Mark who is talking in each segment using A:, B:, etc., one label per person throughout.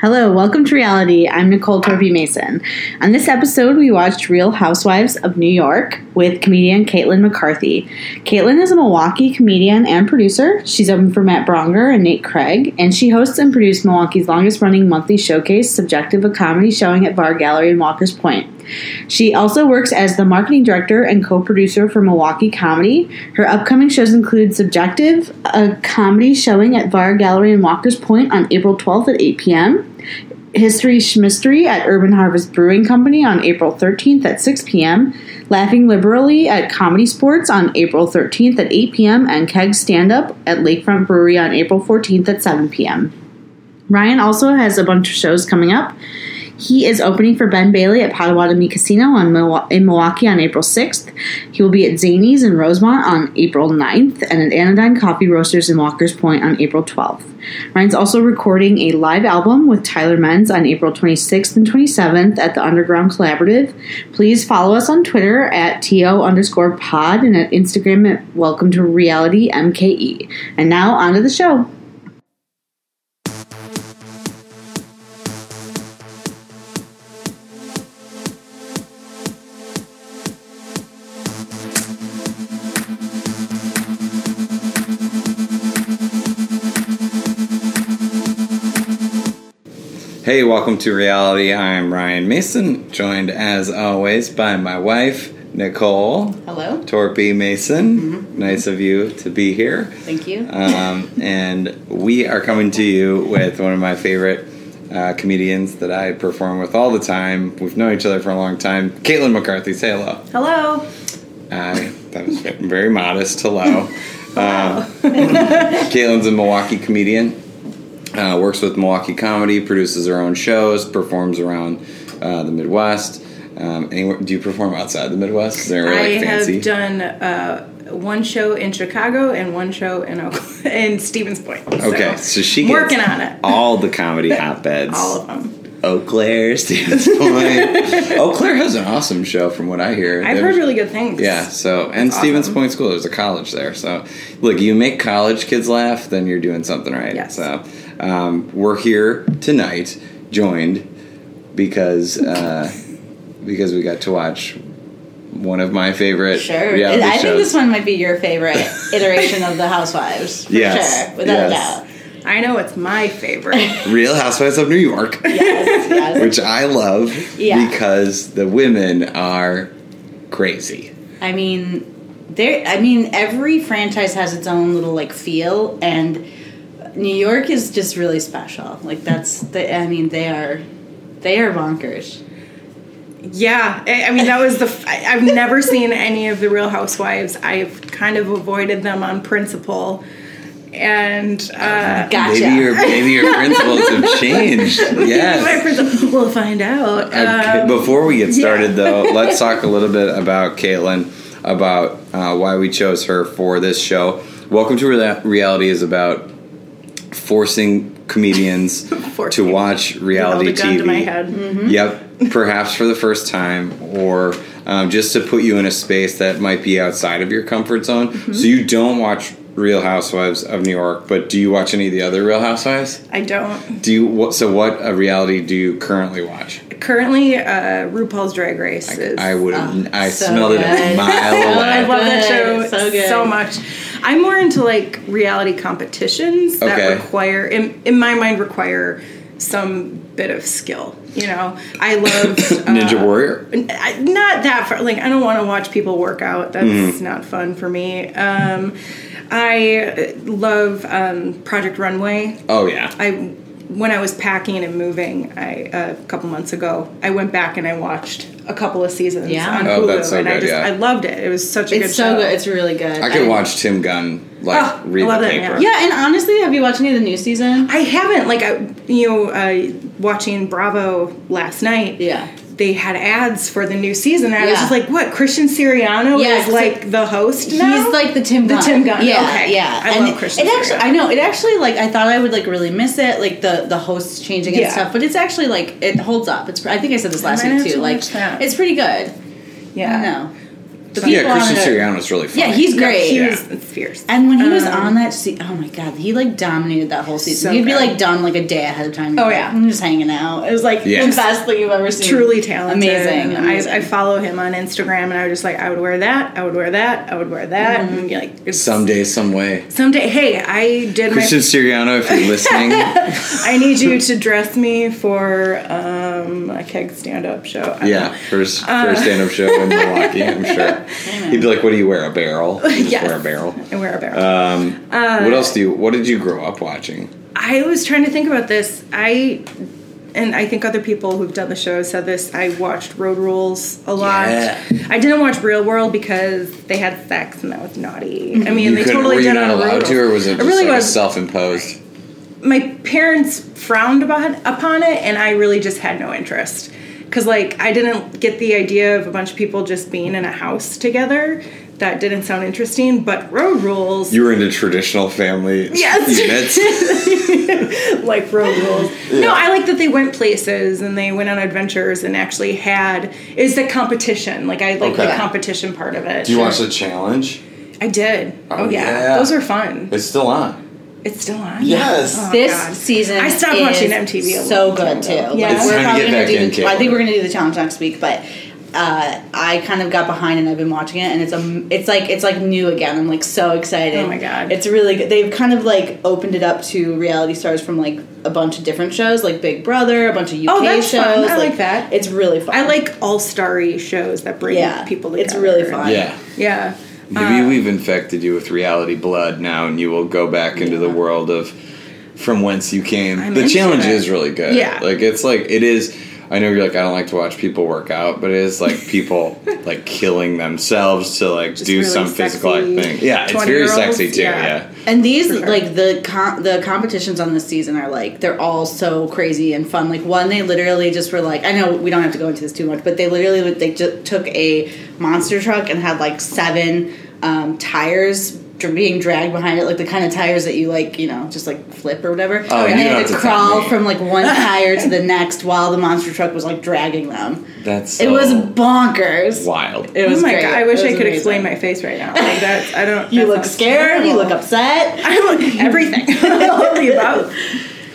A: Hello, welcome to reality. I'm Nicole Torpy Mason. On this episode, we watched Real Housewives of New York with comedian Caitlin McCarthy. Caitlin is a Milwaukee comedian and producer. She's open for Matt Bronger and Nate Craig, and she hosts and produced Milwaukee's longest running monthly showcase, Subjective of Comedy, showing at Bar Gallery in Walker's Point. She also works as the marketing director and co producer for Milwaukee Comedy. Her upcoming shows include Subjective, a comedy showing at VAR Gallery in Walker's Point on April 12th at 8 p.m., History Schmystery at Urban Harvest Brewing Company on April 13th at 6 p.m., Laughing Liberally at Comedy Sports on April 13th at 8 p.m., and Keg Stand Up at Lakefront Brewery on April 14th at 7 p.m. Ryan also has a bunch of shows coming up. He is opening for Ben Bailey at Potawatomi Casino on Milwa- in Milwaukee on April 6th. He will be at Zany's in Rosemont on April 9th and at Anodyne Coffee Roasters in Walker's Point on April 12th. Ryan's also recording a live album with Tyler Menz on April 26th and 27th at the Underground Collaborative. Please follow us on Twitter at TO underscore pod and at Instagram at Welcome to Reality MKE. And now on to the show.
B: Hey, welcome to reality. I'm Ryan Mason, joined as always by my wife, Nicole
C: Hello.
B: Torpy Mason. Nice of you to be here.
C: Thank you.
B: Um, and we are coming to you with one of my favorite uh, comedians that I perform with all the time. We've known each other for a long time. Caitlin McCarthy, say hello.
C: Hello.
B: Uh, that was very modest. Hello. Uh, Caitlin's a Milwaukee comedian. Uh, works with Milwaukee Comedy, produces her own shows, performs around uh, the Midwest. Um, anywhere, do you perform outside the Midwest? Is there anywhere,
C: I
B: like fancy?
C: have done uh, one show in Chicago and one show in Oak- in Stevens Point. So,
B: okay, so she gets
C: working on it.
B: all the comedy hotbeds.
C: All of them.
B: Eau Claire, Stevens Point. Eau Claire has an awesome show, from what I hear.
C: I've
B: They're-
C: heard really good things.
B: Yeah, so and Stevens
C: awesome.
B: Point School, there's a college there. So look, you make college kids laugh, then you're doing something right.
C: Yes.
B: So um, we're here tonight, joined because uh, because we got to watch one of my favorite
D: Sure.
B: reality
D: I think
B: shows.
D: this one might be your favorite iteration of the Housewives. For
B: Yes,
D: sure.
B: yes.
D: Without a doubt.
C: I know it's my favorite.
B: Real Housewives of New York,
D: Yes, yes.
B: which I love
D: Yeah.
B: because the women are crazy.
D: I mean there I mean every franchise has its own little like feel and New York is just really special. Like that's the I mean they are they are bonkers.
C: yeah, I, I mean that was the. F- I, have never seen any of the Real Housewives. I've kind of avoided them on principle, and uh,
D: Gotcha.
B: Maybe your maybe your principles have changed. Yes.
C: my principle. We'll find out.
B: Okay,
C: Um,
B: Before we get started, though, let's talk a little bit about Caitlin, about uh, why we chose her for this show. Welcome to Rela- Reality is about forcing comedians
C: Forcing.
B: to watch
C: held
B: reality
C: a gun
B: TV.
C: to my head. Mm-hmm.
B: Yep, perhaps for the first time, or um, just to put you in a space that might be outside of your comfort zone.
C: Mm-hmm.
B: So you don't watch Real Housewives of New York, but do you watch any of the other Real Housewives?
C: I don't
B: Do you? What, so what uh, reality do you currently watch?
C: currently. Uh, RuPaul's Drag Race is.
B: I would have. I
D: so
B: smelled it a
D: good.
B: mile
C: I
B: away.
C: love that show
D: Good,
C: so,
D: so good.
C: much. I'm more into like reality competitions
B: Okay.
C: that require, in, in my mind, require some bit of skill. You know, I love um,
B: Ninja Warrior.
C: I- not that far. Like I don't want to watch people work out. That's
B: Mm-hmm.
C: not fun for me. Um, I love um, Project Runway.
B: Oh yeah.
C: I when I was packing and moving I, uh, a couple months ago, I went back and I watched a couple of seasons
D: Yeah.
C: on Hulu,
B: Oh, that's so
C: and I
B: good,
C: just
B: yeah.
C: I loved it. It was such a good
D: It's so
C: show.
D: good. It's really good.
B: I could watch Tim Gunn like
C: Oh,
B: read
C: I love
B: the
C: that
B: paper.
C: man.
D: Yeah, and honestly, have you watched any of the new season?
C: I haven't like I you know uh, watching Bravo last night.
D: Yeah.
C: They had ads for the new season. I was
D: Yeah.
C: just like, "What? Christian Siriano
D: Yeah,
C: is
D: so-
C: like the host now."
D: He's like the Tim
C: The
D: Gunn.
C: Tim Gunn,
D: Yeah,
C: okay.
D: yeah.
C: I
D: and
C: love Christian
D: It actually,
C: Slater.
D: I know. It actually, like, I thought I would like really miss it, like the the hosts changing and
C: Yeah.
D: stuff. But it's actually like it holds up. It's. I think I said this last
C: might
D: week
C: have
D: too.
C: to
D: like,
C: watch that.
D: it's pretty good.
C: yeah.
D: No. the people
B: yeah, Christian
D: on the,
B: Siriano's really funny.
D: Yeah, he's
C: No,
D: great.
C: he
B: Yeah.
C: was it's fierce.
D: and when he was
C: Um,
D: on that, se- oh my god, he like dominated that whole season.
C: So
D: He'd be
C: good.
D: like done like a day ahead of time. He'd
C: Oh,
D: be like,
C: yeah.
D: I'm just hanging out. It was like
B: Yeah.
D: the best thing you've ever seen.
C: truly talented.
D: amazing.
C: And
D: amazing.
C: I, I follow him on Instagram, and I was just like, I would wear that. I would wear that. I would wear that.
D: Mm-hmm.
C: And you're like it's-
B: Someday, some way.
C: someday, hey, I did my.
B: Christian Siriano, if you're listening,
C: I need you to dress me for um, a keg stand-up show. I don't
B: yeah, first
C: Uh,
B: first stand up show in Milwaukee, I'm sure. He'd be like, "What do you wear? A barrel? You just
C: Yes. Uh,
B: wear a barrel."
C: know. I wear a barrel.
B: Um, what else do you? What did you grow up watching?
C: I was trying to think about this. I and I think other people who've done the show said this. I watched Road Rules a lot.
B: Yeah.
C: I didn't watch Real World because they had sex and that was naughty. I mean,
B: Mm-hmm. You
C: they
B: couldn't-
C: totally
B: were you
C: did
B: not
C: it on
B: allowed
C: Road
B: to, or
C: Rules.
B: was it just
C: really
B: like
C: was.
B: self imposed?
C: my parents frowned about upon it, and I really just had no interest because like I didn't get the idea of a bunch of people just being in a house together. That didn't sound interesting, but Road Rules.
B: You were into traditional family
C: Yes.
B: units.
C: like road rules. No, I like that they went places and they went on adventures and actually had is the competition. Like I like
B: Okay.
C: the competition part of it.
B: Do you watch the challenge?
C: I did.
B: Oh,
C: Oh, yeah.
B: yeah.
C: those were fun.
B: It's still on.
C: It's still on.
B: Yes.
C: Oh,
D: this
C: God.
D: season
C: I stopped
D: is
C: watching MTV a
D: so
C: long time
D: good
C: ago.
D: too.
C: Yeah.
D: Like,
C: It's
D: we're
B: time to
D: probably
B: get
D: gonna
B: back
D: do.
B: in,
D: The, I think
B: Caitlin.
D: we're gonna do the challenge next week, but. Uh, I kind of got behind and I've been watching it and it's um it's like it's like new again. I'm like so excited.
C: Oh my God.
D: It's really good. They've kind of like opened it up to reality stars from like a bunch of different shows, like Big Brother, a bunch of UK
C: Oh, that's
D: shows.
C: fun. I like that.
D: It's really fun.
C: I like all starry shows that bring
D: Yeah.
C: people together.
D: It's really fun.
B: Yeah.
C: Yeah.
B: Maybe
C: Uh,
B: we've infected you with reality blood now, and you will go back into the world of from whence you came.
C: I'm
B: the
C: into
B: challenge
C: it.
B: is really good.
C: Yeah.
B: like it's like it is. I know you're like I don't like to watch people work out, but it is like people like killing themselves to like do
C: really
B: some physical
C: sexy
B: thing. Yeah, it's
C: 20
B: very
C: -year-olds,
B: sexy too.
C: yeah.
B: Yeah,
D: And these
C: sure.
D: like the com- the competitions on this season are like they're all so crazy and fun. Like one, they literally just were like, I know we don't have to go into this too much, but they literally would- they just took a monster truck and had like seven um, tires dr- being dragged behind it, like the kind of tires that you like, you know, just like flip or whatever.
B: Oh, you
D: and they
B: don't
D: had
B: have
D: to
B: to tell
D: crawl
B: me.
D: from like one tire to the next while the monster truck was like dragging them.
B: that's
D: It was
B: so
D: bonkers.
B: wild.
D: It was
C: oh my
D: great.
C: god! I wish
D: It
C: I
D: was
C: could
D: amazing.
C: explain my face right now. Like that's I don't.
D: You
C: that
D: look
C: sounds
D: scared. You look
C: terrible.
D: upset.
C: I look everything. all of the above.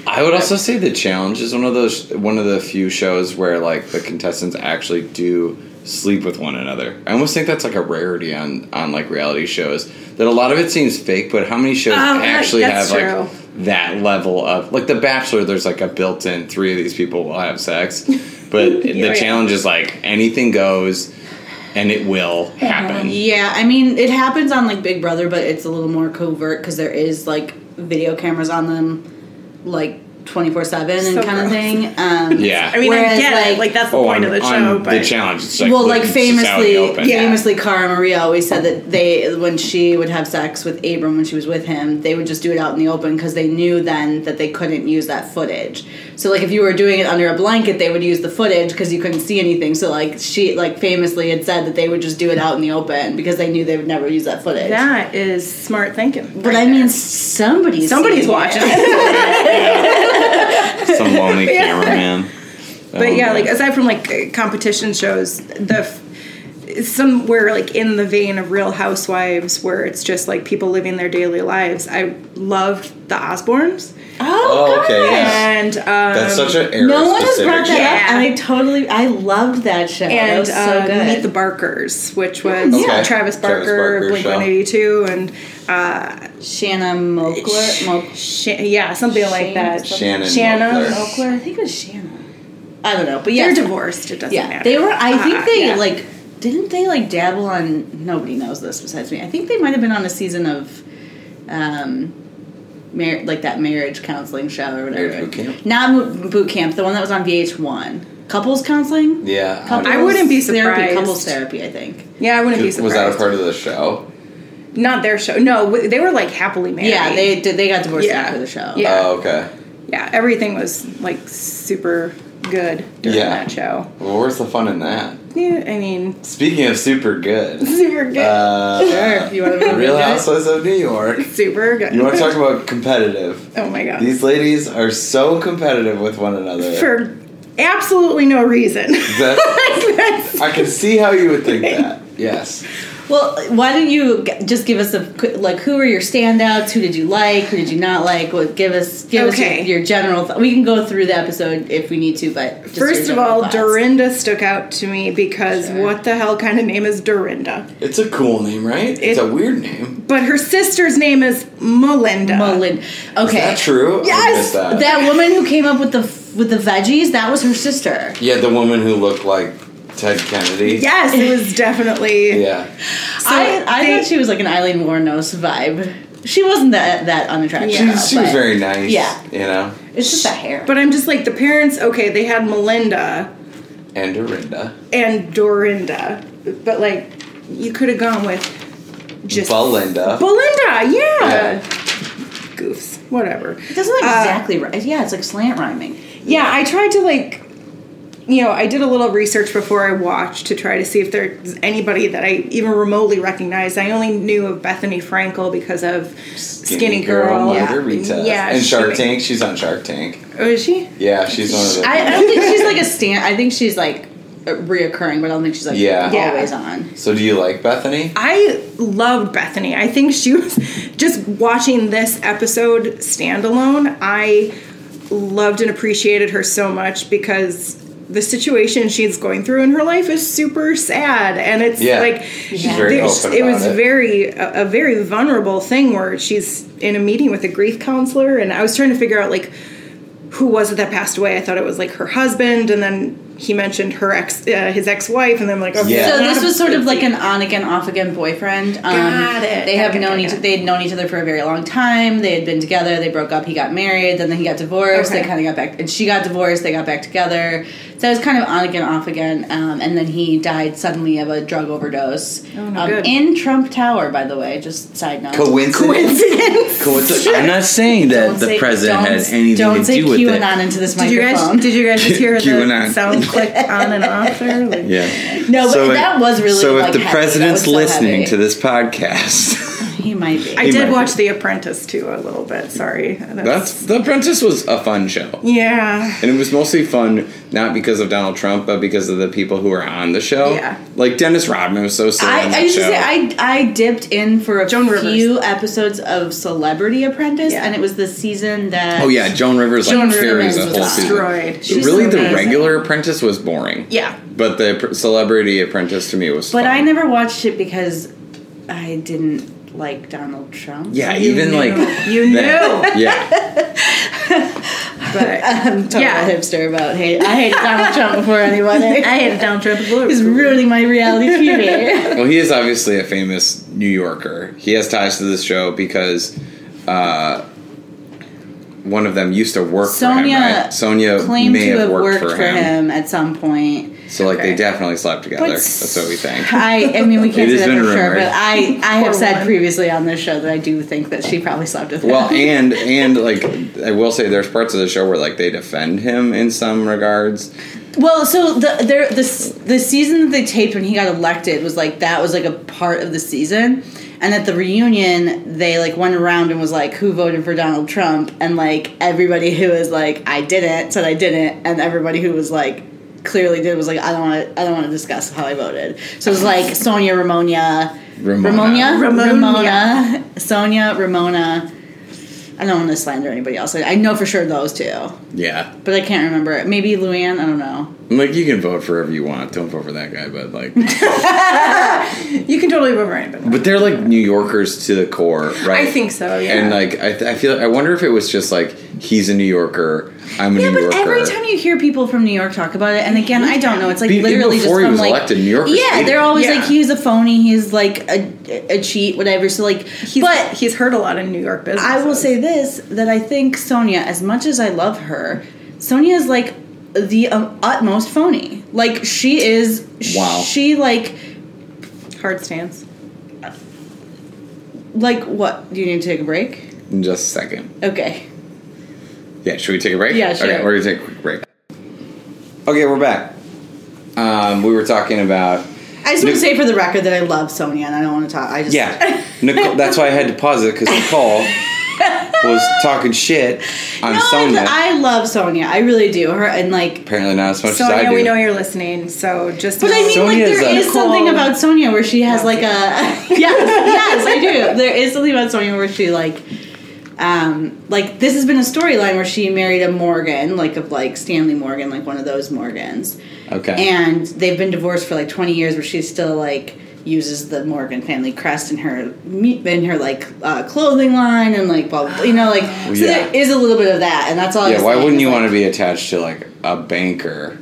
B: I would also say the challenge is one of those one of the few shows where like the contestants actually do sleep with one another. I almost think that's like a rarity on on like reality shows that a lot of it seems fake, but how many shows
C: Oh, that-
B: actually have
C: that's true.
B: like that level of like The Bachelor? There's like a built-in three of these people will have sex, but
C: yeah.
B: the challenge is like anything goes, and it will happen.
D: Yeah, I mean, it happens on like Big Brother, but it's a little more covert because there is like video cameras on them, like twenty four seven and
C: So
D: kind of
C: gross.
D: thing. Um,
B: Yeah.
C: I mean,
D: Whereas,
C: I get
D: like-
C: it. Like that's the point
B: Oh, on-
C: of the
B: on
C: show, but
B: the challenge. It's like
D: well, like
B: it's just out in the
D: famously,
B: open.
C: Yeah.
D: famously, Cara Maria always said that they, when she would have sex with Abram when she was with him, they would just do it out in the open because they knew then that they couldn't use that footage. So, like, if you were doing it under a blanket, they would use the footage because you couldn't see anything. So, like, she, like, famously had said that they would just do it out in the open because they knew they would never use that footage.
C: that is smart thinking.
D: But
C: right
D: I mean,
C: there.
D: somebody's
C: somebody's
D: seeing it.
C: watching.
B: some lonely cameraman. Oh,
C: but yeah, like
B: as
C: aside from like uh, competition shows, the f- somewhere like in the vein of Real Housewives, where it's just like people living their daily lives. I loved the Osbournes,
D: Oh,
B: Oh, okay,
D: gosh.
B: yeah.
C: and um,
B: That's such an era
D: No one has brought that
C: Yeah.
D: up, and I totally, I loved that show. Oh, that
C: and
D: was so
C: uh,
D: good.
C: Meet the Barkers, which was
B: Okay.
C: Travis
B: Travis
C: Barker,
B: Barker
C: Blink
B: show.
C: One Eighty Two, and
D: Shanna Mokler. Mok-
C: Sh- yeah, something like
D: Shane
C: that.
B: Shannon
C: Shannon Oh,
B: Mokler.
C: Mokler.
D: I think it was Shanna. I don't know, but yeah,
C: They're divorced. It doesn't
D: Yeah,
C: matter.
D: they were. I think
C: Uh,
D: they
C: yeah.
D: like didn't they like dabble on? Nobody knows this besides me. I think they might have been on a season of. Um, Mar- like that marriage counseling show or whatever.
B: Marriage boot camp?
D: Not mo- boot camp. The one that was on VH1. Couples counseling.
B: Yeah.
D: Couples
C: I wouldn't be
D: Therapy,
C: surprised.
D: couples therapy. I think.
C: Yeah, I wouldn't be
B: was,
C: surprised.
B: was that a part of the show?
C: Not their show. No, w- they were like happily married.
D: Yeah, they did. They got divorced
C: Yeah.
D: after the show.
C: Yeah.
B: Oh, okay.
C: Yeah, everything was like super good during
B: Yeah.
C: that show.
B: Well, where's the fun in that?
C: Yeah, I mean,
B: Speaking of super good,
C: super good.
E: Oh.
D: Sure,
B: uh,
D: if you want to.
B: Real Housewives of New York.
C: super good.
B: You want to talk about competitive?
C: Oh my god.
B: These ladies are so competitive with one another.
C: For absolutely no reason.
B: That-
C: That's-
B: I can see how you would think that. Yes.
D: Well, why don't you g- just give us a qu- like? Who are your standouts? Who did you like? Who did you not like? What give us give
C: Okay.
D: us your, your general? Th- we can go through the episode if we need to, but just your
C: First of
D: general
C: all,
D: thoughts.
C: Dorinda stuck out to me because what the hell kind of name is Dorinda?
E: It's a cool name, right? it's
C: It-
E: a weird name.
C: But her sister's name is Melinda.
D: Mullen. Okay,
E: Is that true? I
D: Yes,
E: missed that.
D: that. woman who came up with the f- with the veggies that was her sister.
E: Yeah, the woman who looked like Ted Kennedy.
C: Yes, it was definitely.
E: Yeah.
D: I, I
C: they-
D: thought she was like an Eileen Warnos vibe. She wasn't that that unattractive.
C: Yeah.
E: She, she was
D: but
E: very nice.
D: Yeah.
E: You know?
D: It's just the hair.
C: But I'm just like the parents. Okay, they had Melinda
E: And Dorinda.
C: and Dorinda, but like you could have gone with just
E: Belinda.
C: Belinda. Yeah.
E: Yeah.
C: Goofs. Whatever.
D: it doesn't
C: Uh,
D: exactly right. Yeah, it's like slant rhyming.
C: Yeah, I tried to like, you know, I did a little research before I watched to try to see if there's anybody that I even remotely recognized. I only knew of Bethany Frankel because of Skinny, Girl.
E: Margarita.
C: Yeah,
E: And
C: she-
E: Shark Tank. She's on Shark Tank.
C: Oh, is she?
E: Yeah, she's one of the.
D: I, I don't think she's like a stand. I think she's like uh, reoccurring, but I don't think she's like
E: Yeah.
C: Yeah.
D: always on.
E: so do you like Bethany?
C: I loved Bethany. I think she was just watching this episode standalone. I loved and appreciated her so much because the situation she's going through in her life is super sad and it's
E: Yeah.
C: like
E: She's very
C: there's-
E: open
C: it
E: about
C: was
E: it.
C: very a, a very vulnerable thing where she's in a meeting with a grief counselor and I was trying to figure out like who was it that passed away? I thought it was like her husband and then he mentioned her ex uh, his ex-wife and then I'm like okay,
E: Yeah.
D: So
C: not
D: this
C: a-
D: was sort of like an on again, off again boyfriend. Um,
C: Got it.
D: They have
C: Got it,
D: known
C: got it,
D: each.
C: got it.
D: They had known each other for a very long time. They had been together. They broke up. He got married. Then he got divorced.
C: Okay.
D: They kind of got back, and she got divorced. They got back together. So it was kind of on again, off again. Um, and then he died suddenly of a drug overdose.
C: Oh, no
D: um,
C: good.
D: In Trump Tower, by the way. Just side note.
E: Coincidence. Coincidence. I'm not saying that
D: Don't
E: the
D: say-
E: president
D: don't-
E: had anything
D: don't
E: to
D: say
E: do with it.
D: QAnon into this
C: Did you
D: microphone.
C: guys? Did you guys just hear the
E: QAnon.
C: sound click on and off there? Like,
E: Yeah.
D: No, but
E: if-
D: that was really,
E: So
D: like,
E: if the
D: heavy. That
E: president's
D: was so
E: listening
D: heavy.
E: to this podcast,
D: He might be.
C: I did
E: might-
C: watch The Apprentice too a little bit. Sorry.
E: that's The Apprentice was a fun show.
C: yeah.
E: And it was mostly fun, not because of Donald Trump, but because of the people who were on the show.
C: Yeah.
E: Like Dennis Rodman was so silly on
D: I,
E: that
D: I used
E: show.
D: to say I I dipped in for a
C: Joan Rivers.
D: few episodes of Celebrity Apprentice,
C: Yeah.
D: and it was the season that
E: oh yeah, Joan Rivers like
D: Joan
E: carries
D: Rivers
E: a
D: was
E: whole
C: destroyed.
E: season.
C: She's
E: really,
C: so
E: the
C: amazing.
E: regular Apprentice was boring.
C: Yeah.
E: But the pr- Celebrity Apprentice to me was.
D: But
E: fun.
D: I never watched it because I didn't like Donald Trump.
E: Yeah, even
C: knew.
E: like
C: You
E: that-
C: knew.
E: Yeah,
C: But
D: I'm total
C: Yeah.
D: hipster about hate. I hated Donald Trump before anyone.
C: I had down to the
D: He's
C: blue.
D: ruining my reality TV.
E: well, he is obviously a famous New Yorker. He has ties to this show because uh, one of them used to work
D: Sonia
E: for him. Right? Sonia
D: Claimed
E: may
D: to
E: have,
D: have
E: worked, for him.
D: at some point.
E: So like
C: Okay.
E: they definitely slept together.
D: But
E: That's what we think.
D: I, I mean, we can't
E: It
D: say that
E: has
D: for
E: been
D: sure,
E: rumored.
D: but I, I
C: Poor
D: have said
C: woman.
D: previously on this show that I do think that she probably slept with him.
E: Well, and and like I will say, there's parts of the show where like they defend him in some regards.
D: Well, so the there the s- the season that they taped when he got elected was like that was like a part of the season, and at the reunion they like went around and was like who voted for Donald Trump and like everybody who was like I didn't said I didn't, and everybody who was like clearly did was like I don't want to I don't want to discuss how I voted. So it was like Sonia Ramonia,
E: Ramona.
D: Ramonia,
C: Ramona.
D: Ramona, Sonia Ramona. I don't want to slander anybody else. I, I know for sure those two,
E: Yeah,
D: but I can't remember. Maybe Luann. I don't know.
E: And, like you can vote for whoever you want. Don't vote for that guy, but like,
C: You can totally boomerang, but
E: but they're like New Yorkers to the core, right?
C: I think so. Yeah.
E: And like I, th- I feel I wonder if it was just like he's a New Yorker, I'm a
D: Yeah,
E: New
D: but
E: Yorker.
D: every time you hear people from New York talk about it, and again, I don't know. It's like
E: Be- even
D: literally just
E: before
D: from
E: he was
D: like
E: elected, New Yorkers
D: Yeah,
E: hated
D: they're
E: him.
D: always
C: Yeah.
D: like he was a phony. He's like a, a cheat, whatever. So like,
C: he's,
D: but
C: he's heard a lot in New York business.
D: I will say this: that I think Sonia, as much as I love her, Sonia is like the um, utmost phony. Like she is.
E: Wow.
D: She like
C: hard stance.
D: like what? Do you need to take a break?
E: in just a second.
D: Okay.
E: Yeah, should we take a break?
D: Yeah, sure.
E: Okay, we're gonna take a quick break. Okay, we're back. Um, we were talking about
D: I just want
E: Nic-
D: to say for the record that I love Sonia, and I don't want to talk. I just
E: Yeah, Nicole. That's why I had to pause it because Nicole was talking shit on
D: No, I-
E: Sonya.
D: I love Sonia. I really do. Her and like,
E: Apparently not as much as I
C: Sonia,
E: do.
C: we know you're listening, so just
D: but I mean, like,
E: Sonia's
D: there
E: a-
D: is something
C: Cool.
D: about Sonia where she has like a yes, yes, I do. There is something about Sonia where she like, um, like this has been a storyline where she married a Morgan, like of like Stanley Morgan, like one of those Morgans.
E: okay.
D: And they've been divorced for like 20 years, where she still like uses the Morgan family crest in her me- in her like uh, clothing line and like blah, blah, blah you know like so
E: Yeah.
D: there is a little bit of that, and that's all. I
E: yeah,
D: was
E: why
D: saying
E: wouldn't
D: is,
E: you
D: like,
E: want to be attached to like a banker?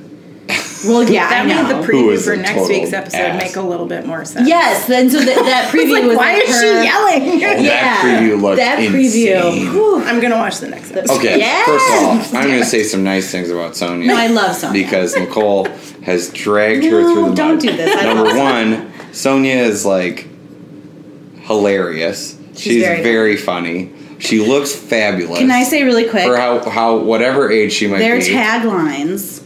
D: Well, yeah,
C: that
D: I know.
C: made the
E: Who
C: preview
E: is
C: for
E: a
C: next
E: total
C: week's episode
E: ass.
C: make a little bit more sense.
D: yes, then so that, that preview
C: Like,
D: was
C: why
D: like
C: is
D: her-
C: she yelling?
E: Well,
D: Yeah,
E: that preview looked
D: that preview.
E: insane.
C: I'm gonna watch the next episode.
E: Okay,
D: Yes!
E: first of all, I'm going to say some nice things about Sonia.
D: No, I love Sonia.
E: Because Nicole has dragged her
D: No,
E: through the
D: don't
E: mud.
D: do this. I
E: Number
D: love
E: one, Sonia is like hilarious. She's,
D: very
E: very, funny. She looks fabulous.
D: Can I say really quick?
E: for how how whatever age she might
D: Their
E: be?
D: taglines.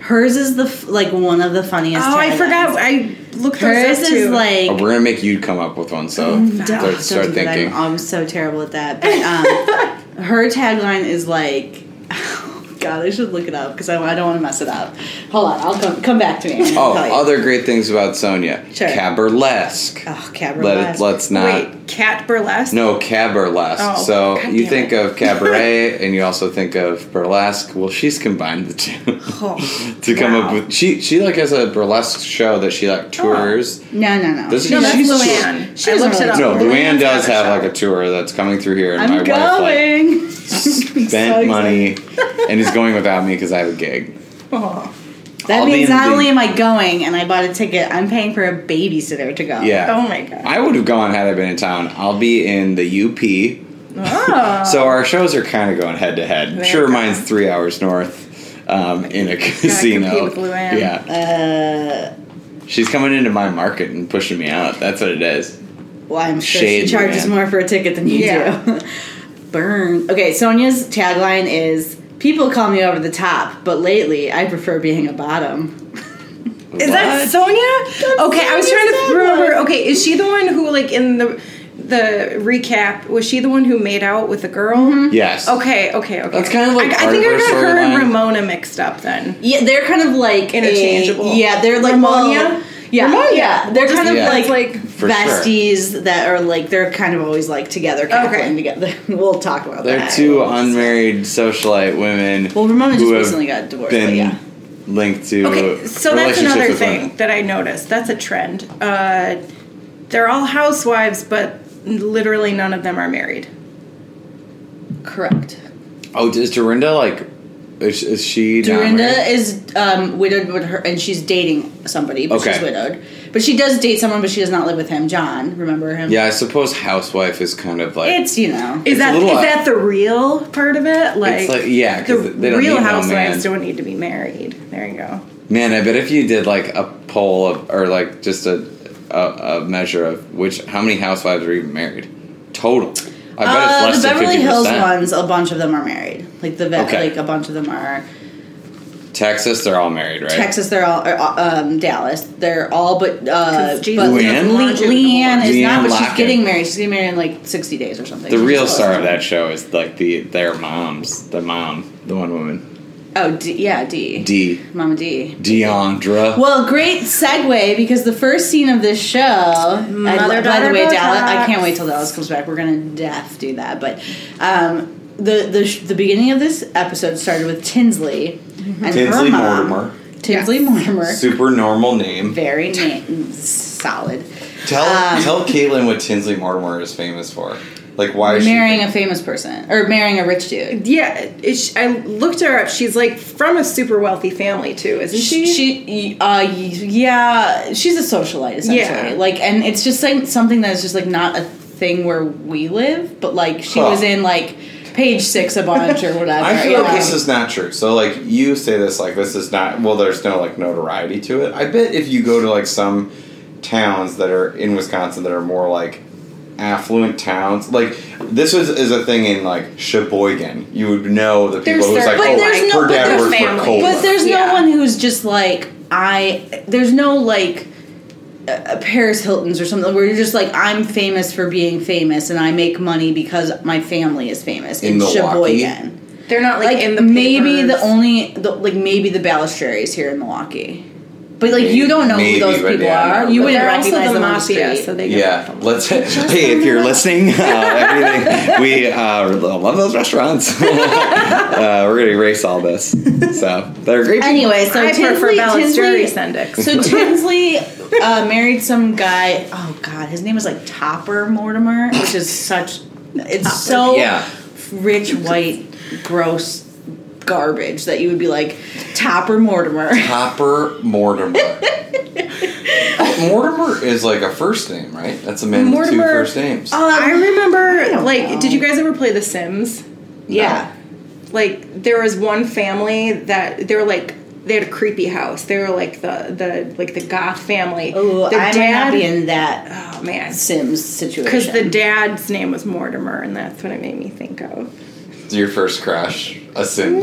D: Hers is the f- like one of the funniest.
C: Oh, I
D: taglines.
C: forgot. I looked those
D: Hers
C: up
D: is
C: too.
D: like
E: Oh, we're gonna make you come up with one, so
D: Duh,
E: start, start
D: don't do that.
E: thinking.
D: I'm, I'm so terrible at that. But um, her tagline is like, God, I should look it up because I, I don't want to mess it up. Hold on, I'll come come back to me. and I'll
E: Oh,
D: tell you.
E: other great things about Sonia.
D: Sure.
E: Caberlesque.
D: oh, Cabra
E: Let, let's not.
C: wait, cat burlesque.
E: No, cab burlesque.
C: Oh,
E: so
C: God
E: you
C: damn
E: think
C: it.
E: of cabaret and you also think of burlesque. Well, she's combined the two
C: Oh.
E: to come up
C: Wow. Oh.
E: with. She she like has a burlesque show that she like tours.
D: No, no, no.
E: Does
D: She
E: she-
C: No, that's
E: She's-
C: Luann.
D: she
C: I
D: doesn't
C: looked it
D: really-
C: up.
E: No, Luann
C: Luann's got
E: does
C: a
E: have
C: show.
E: like a tour that's coming through here, and my
D: I'm
E: wife
D: going.
E: like, spent money and is going without me because I have a gig.
C: Oh.
D: that
E: I'll be
D: means
E: in
D: not
E: the-
D: only am I going and I bought a ticket, I'm paying for a babysitter to go.
E: Yeah.
C: Oh my God.
E: I would have gone had I been in town. I'll be in the UP.
C: Oh.
E: So our shows are kind of going head to head. Sure,
C: go.
E: mine's three hours north um, in a casino.
C: compete with Luann.
E: Yeah,
D: Uh,
E: she's coming into my market and pushing me out. That's what it is.
D: Well, I'm sure
E: Shade,
D: she charges
E: man.
D: more for a ticket than you
C: Yeah.
D: do. Burn. Okay, Sonia's tagline is People call me over the top, but lately I prefer being a bottom.
C: Is that Sonia? okay, I was trying to
D: Sonia's
C: remember.
D: tagline.
C: Okay, is she the one who like in the the recap was she the one who made out with the girl?
E: Yes.
C: Okay, okay, okay.
E: That's kind of like
C: I, I think I
E: our-
C: got
E: our
C: her and
E: storyline.
C: Ramona mixed up then.
D: Yeah, they're kind of like a-
C: Interchangeable.
D: yeah, they're like
C: Ramonia?
D: well, yeah,
C: Ramonia.
D: yeah, they're kind
E: Yeah.
D: of like
C: like-
E: For
D: besties that are like they're kind of always like together, cackling together. we'll talk about
E: They're
D: that.
E: two unmarried socialite women.
D: Well, Ramona
E: who
D: just
E: have
D: recently got divorced, but
E: Been
D: yeah.
E: linked to
C: Okay, so that's
E: relationships
C: another
E: with
C: thing
E: women.
C: that I noticed. That's a trend. Uh, they're all housewives, but literally none of them are married.
D: correct.
E: Oh, is Dorinda like? Is, is she? not
D: Dorinda
E: married?
D: is um, widowed with her, and she's dating somebody, but she's
E: Okay.
D: widowed. But she does date someone, but she does not live with him. John, remember him?
E: Yeah, I suppose housewife is kind of like.
D: it's you know.
C: Is
E: It's a
C: that is
E: little-
C: that the real part of it? Like,
E: like, yeah, 'cause
C: the
E: they don't
C: real
E: need no
C: housewives
E: man.
C: don't need to be married. There you go.
E: Man, I bet if you did like a poll of, or like just a, a a measure of which how many housewives are even married total. I bet
D: Uh,
E: it's less
D: the
E: than
D: Beverly
E: fifty
D: Hills
E: percent.
D: ones, a bunch of them are married. Like the vet,
E: Okay.
D: like a bunch of them are
E: Texas, they're all married, right?
D: Texas. They're all or, uh, um, Dallas. They're all but uh, but
C: Jesus
D: Le-
E: Leanne?
D: Leanne is
E: Leanne
D: not, but
E: Locken.
D: she's getting married. She's getting married in like sixty days or something.
E: The
D: She's
E: real
D: close.
E: star of that show is like the their moms, the mom, the one woman,
D: Oh D, yeah, D.
E: D.
D: Mama D.
E: Deandra.
D: Well, great segue because the first scene of this show. I- by the
C: daughter
D: way, Dallas,
C: Botox.
D: I can't wait till Dallas comes back. We're gonna def do that. But um, the the sh- the beginning of this episode started with Tinsley
C: Mm-hmm.
D: and her
E: Tinsley
D: mom,
E: Mortimer,
D: Tinsley Mortimer,
E: super normal name.
D: very na- solid,
E: Tell
D: Um,
E: tell Caitlin what Tinsley Mortimer is famous for. Like why is
D: marrying a famous person or marrying a rich dude.
C: Yeah, it's, I looked her up. She's like from a super wealthy family too, isn't she?
D: she uh yeah she's a socialite essentially
C: Yeah.
D: like and it's just like something that's just like not a thing where we live but like she
E: Huh.
D: was in like page six a bunch or whatever
E: I feel
D: you
E: like
D: know?
E: this is not true. So like you say this like this is not well there's no like notoriety to it. I bet if you go to like some towns that are in Wisconsin that are more like affluent towns like this was is a thing in like Sheboygan. You would know the people
C: There's
E: who's
C: their-
E: like
D: but
E: oh
D: there's no-
E: her
D: but
E: dad
D: there's
E: works for
C: family.
E: Cola.
D: but there's
C: Yeah.
D: no one who's just like i there's no like uh, Paris Hilton's or something where you're just like I'm famous for being famous and I make money because my family is famous
B: In
D: it's
B: Milwaukee?
D: Sheboygan.
C: They're not like,
D: Like
C: in the
D: maybe the
C: papers.
D: only the, like maybe the Balustrades here in Milwaukee. But like
B: Maybe-
D: you don't know
B: maybe,
D: who those
B: but
D: people
B: yeah, I
D: are.
B: know,
D: You
B: but-
D: wouldn't
C: They're also
D: recognize
C: the
D: them on the
C: mafia,
D: street.
C: so they get
B: Yeah,
C: off on-
B: let's. hey, if you're listening, uh, everything we uh, love those restaurants. uh, we're gonna erase all this. So they're great. people.
D: Anyway, so
C: I prefer
D: Tinsley,
C: Balistreri
D: Tinsley,
C: Sendix.
D: So Tinsley uh, married some guy. Oh God, his name was like Topper Mortimer, which is such. It's so
B: Yeah.
D: rich, white, gross garbage that you would be like Topper Mortimer.
B: Hopper Mortimer.
E: Oh,
B: Mortimer is like a first name, right? That's a man with two
C: Mortimer-
B: first
D: uh,
B: names.
C: um, I remember,
D: don't
C: like,
D: know.
C: did you guys ever play The Sims?
D: yeah.
C: Like, there was one family that they were like they had a creepy house. They were like the the like the goth family.
D: Oh,
C: the
D: I might not be in that
C: oh man,
D: Sims situation.
C: because the dad's name was Mortimer, and that's what it made me think of.
B: Your first crush, a Sims
C: No,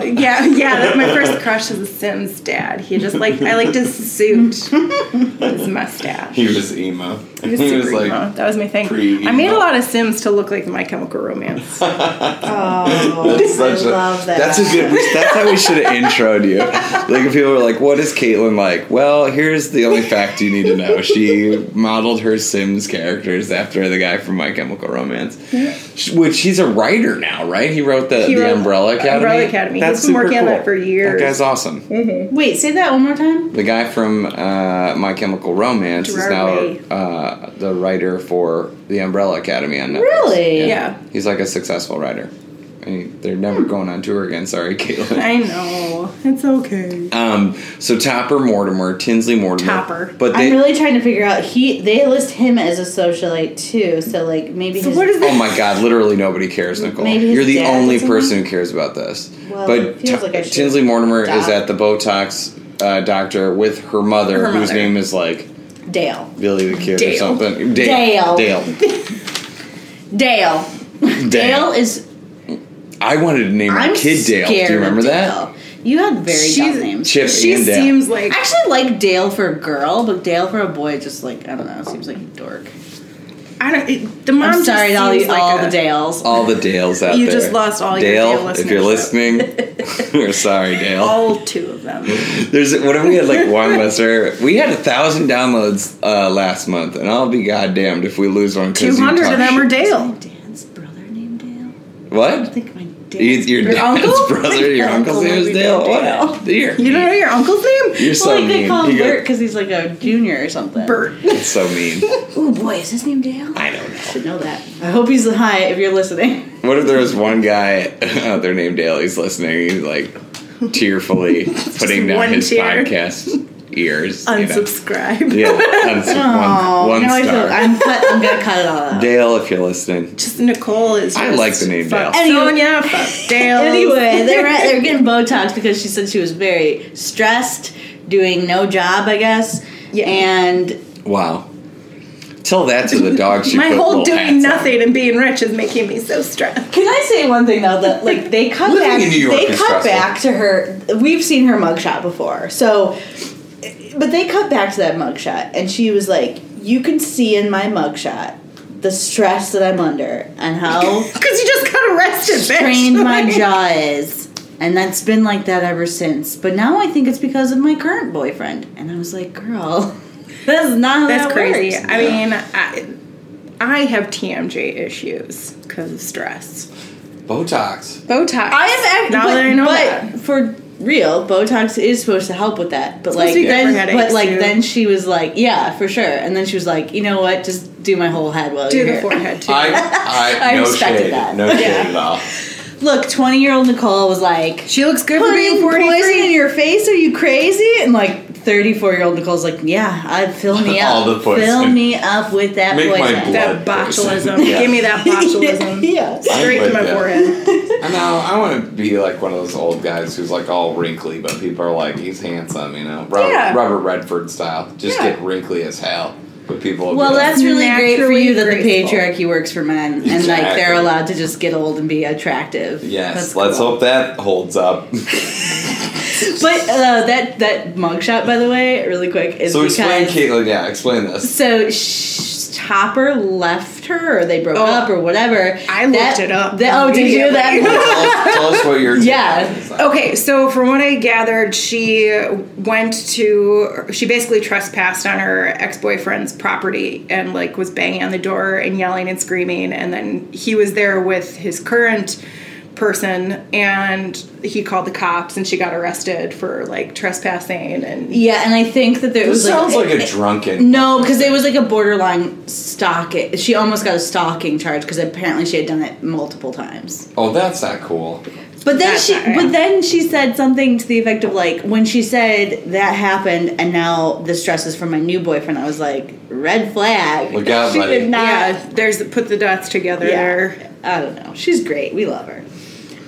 B: dad.
C: yeah, yeah. That's my first crush is The Sims dad. He just like I liked his suit, his mustache.
B: He was emo.
C: He was, super emo. That was my thing.
B: pre-emo.
C: I made a lot of Sims to look like My Chemical Romance.
D: oh,
B: That's
D: I
B: such a-
D: love that.
B: That's a good. we- That's how we should have introed you. Like if people were like, "What is Caitlyn like?" Well, here's the only fact you need to know. She modeled her Sims characters after the guy from My Chemical Romance, Sh- which he's a writer now, right? He wrote the,
C: He
B: the
C: wrote
B: Umbrella Academy.
C: Umbrella Academy.
B: That's
C: He's been
B: super
C: working on
B: cool.
C: that for years.
B: That guy's awesome.
D: Wait, say that one more time.
B: The guy from uh, My Chemical Romance
C: Gerard
B: is now uh, the writer for the Umbrella Academy on Netflix.
D: Really?
C: Yeah.
B: He's like a successful writer. And they're never going on tour again. Sorry, Caitlin.
C: I know. It's okay.
B: Um, so Topper Mortimer, Tinsley Mortimer.
C: Topper.
B: But they.
D: I'm really trying to figure out. He they list him as a socialite too. So like maybe
C: So
D: his,
C: what is
B: oh
C: this?
B: my God! Literally nobody cares, Nicole.
D: Maybe his
B: You're the
D: dad
B: only
D: doesn't
B: person who cares about this.
D: Well, it
B: but
D: feels
B: Ti-
D: like I should
B: Tinsley Mortimer is
D: die.
B: at the Botox uh, doctor with her mother,
C: Her
B: whose
C: mother.
B: name is like
D: Dale.
B: Billy the Kid or
C: Dale.
B: something.
D: Dale.
B: Dale.
D: Dale. Dale, is.
B: I wanted to name
D: I'm
B: my kid Dale. Do
D: scared
B: you
D: of
B: remember that?
D: Dale. You had very
C: She's-
D: dumb names.
B: Chip
C: She
B: and Dale.
C: seems like
D: I actually like Dale for a girl, but Dale for a boy just like I don't know. Seems like a dork.
C: I don't. It, the mom.
D: I'm sorry to
C: just
D: all,
C: seems
D: you,
C: like
D: all
C: a-
D: the Dales.
B: all the Dales out
C: You
B: there.
C: just lost all your
B: Dale,
C: Dale
B: if you're listening, we're sorry, Dale.
C: All two of them.
B: There's whatever we had like one listener. We had a thousand downloads uh, last month, and I'll be goddamned if we lose one. 'cause you
C: Two hundred
B: talk
C: of them are
B: shit.
D: My
C: Dale.
D: dad's Oh, brother named Dale. I
B: What?
D: think my dad's
B: You- Your, dad's brother, your uncle's name is Dale. What? Dear.
C: You don't know your uncle's name?
B: You're so
D: Well, like
B: mean.
D: they call him
B: You go-
D: Bert because he's like a junior or something.
C: Bert.
B: That's so mean.
D: Oh boy, is his name Dale?
B: I don't know.
D: should know that. I hope he's high if you're listening.
B: What if there was one guy out there named Dale? He's listening. He's like tearfully putting down
C: one
B: his
C: tear.
B: podcast ears. you know.
C: Unsubscribe.
B: Yeah, unsub- one, one star.
D: I'm, cut, I'm gonna cut it all out.
B: Dale, if you're listening,
C: Just Nicole is.
B: I
C: just
B: like the name
C: fuck
B: Dale.
D: Anyway-
C: Sonia. Fuck Dale.
D: Anyway, they were at, they were getting Botox because she said she was very stressed, doing no job, I guess.
C: Yeah.
D: And
B: wow. Tell that to the dog. She
C: My
B: put
C: whole
B: little hats
C: doing
B: on.
C: nothing and being rich is making me so stressed.
D: Can I say one thing though? That like they cut
B: Living
D: back,
B: in New York
D: they
B: is
D: cut
B: stressful.
D: back to her. We've seen her mugshot before, so but they cut back to that mugshot, and she was like, "You can see in my mugshot the stress that I'm under and how
C: Because you just got arrested, bitch.
D: strained my
C: Like-
D: jaw is." And that's been like that ever since. But now I think it's because of my current boyfriend. And I was like, "Girl, that's not how
C: That's
D: that
C: crazy.
D: works."
C: I mean, I, I have TMJ issues because of stress.
B: Botox.
C: Botox.
D: I am act-
C: now
D: but,
C: that I know
D: but
C: that.
D: for real, Botox is supposed to help with that. But
C: supposed
D: like
C: to be good for
D: then,
C: headaches,
D: but like
C: too.
D: then she was like, yeah, for sure. And then she was like, you know what? Just do my whole head while
C: Do
D: you're
C: the
D: here.
C: forehead too.
B: I,
D: I no respected shade. that. No
B: shade at all.
D: Look, twenty year old Nicole was like,
C: she looks good for
D: putting
C: being
D: poison in
C: 43.
D: your face? Are you crazy? And like. 34 year old Nicole's like, yeah, I fill me up.
B: All the poison.
D: Fill me up with that
B: Make my
D: poison.
B: blood.
C: That botulism.
B: Yeah.
C: Give me that botulism.
D: yeah.
B: I'm
C: Straight to
B: with
C: my
B: that.
C: forehead.
B: I know. I want to be like one of those old guys who's like all wrinkly, but people are like, he's handsome, you know, Robert,
C: Yeah.
B: Robert Redford style. Just
C: Yeah.
B: get wrinkly as hell. But people. will be
D: Well,
B: like,
D: that's really great for
C: Naturally
D: you that
C: graceful.
D: the patriarchy works for men, and like
B: Exactly.
D: they're allowed to just get old and be attractive.
B: Yes,
D: That's
B: let's
D: cool.
B: hope that holds up.
D: But uh, that that mugshot, by the way, really quick is
E: So
D: because
E: explain, Caitlin. Yeah, explain this.
D: so sh- Topper left her, or they broke
C: Oh.
D: up, or whatever.
C: I looked
D: That-
C: it up
D: that- oh, did you?
C: immediately.
D: That
E: tell, us, tell us what your
D: Yeah.
C: Okay, so from what I gathered, she went to she basically trespassed on her ex boyfriend's property and like was banging on the door and yelling and screaming, and then he was there with his current person and he called the cops and she got arrested for like trespassing and
D: yeah, and I think that there
E: This
D: was
E: sounds like a
D: it-
E: drunken.
D: No, because it was like a borderline stalking. She almost got a stalking charge because apparently she had done it multiple times.
E: Oh, that's not cool.
D: But then
C: That's
D: she,
C: not right.
D: but then she said something to the effect of like, when she said that happened, and now this dress is from my new boyfriend. I was like, red flag.
E: Look out,
D: she
E: buddy.
D: did not.
C: yeah, there's put the dots together there.
D: I don't know. She's great. We love her.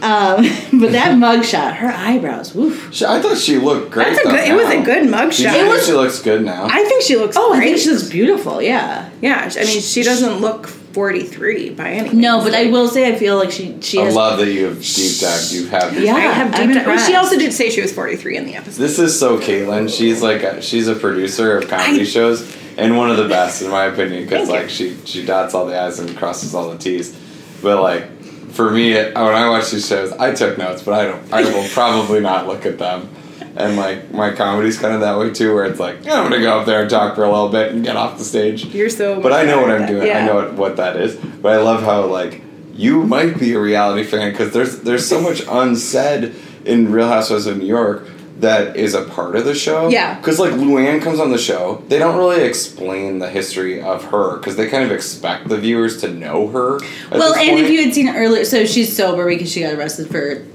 D: Um, but that mugshot, her eyebrows, woof.
E: She, I thought she looked great.
C: That's a
E: though,
C: good. It was a
E: now.
C: good
E: Do you
C: mugshot.
E: think she looks good now.
C: I think she looks.
D: Oh, I
C: great.
D: think she looks beautiful. Yeah.
C: Yeah, I mean, she doesn't look 43 by any. means.
D: No, but I will say I feel like she she
E: I
D: has.
E: love that you have deep dive. You have
D: Yeah,
C: I have
D: I'm
C: deep. well,
D: impressed.
C: she also did say she was 43 in the episode.
E: This is so Caitlin. She's like a, she's a producer of comedy
C: I-
E: shows and one of the best in my opinion because
C: Thank you.
E: like she she dots all the i's and crosses all the t's. But like for me, it, when I watch these shows, I took notes, but I don't. I will probably not look at them. And like my comedy's kind of that way too, where it's like I'm gonna go up there and talk for a little bit and get off the stage.
C: You're so.
E: But I know what I'm
C: Yeah.
E: doing. I know what, what that is. But I love how like you might be a reality fan because there's there's so much unsaid in Real Housewives of New York that is a part of the show.
C: Yeah.
E: Because like Luann comes on the show, they don't really explain the history of her because they kind of expect the viewers to know her. at
D: well,
E: this
D: and if
E: point.
D: you had seen it earlier, so she's sober because she got arrested for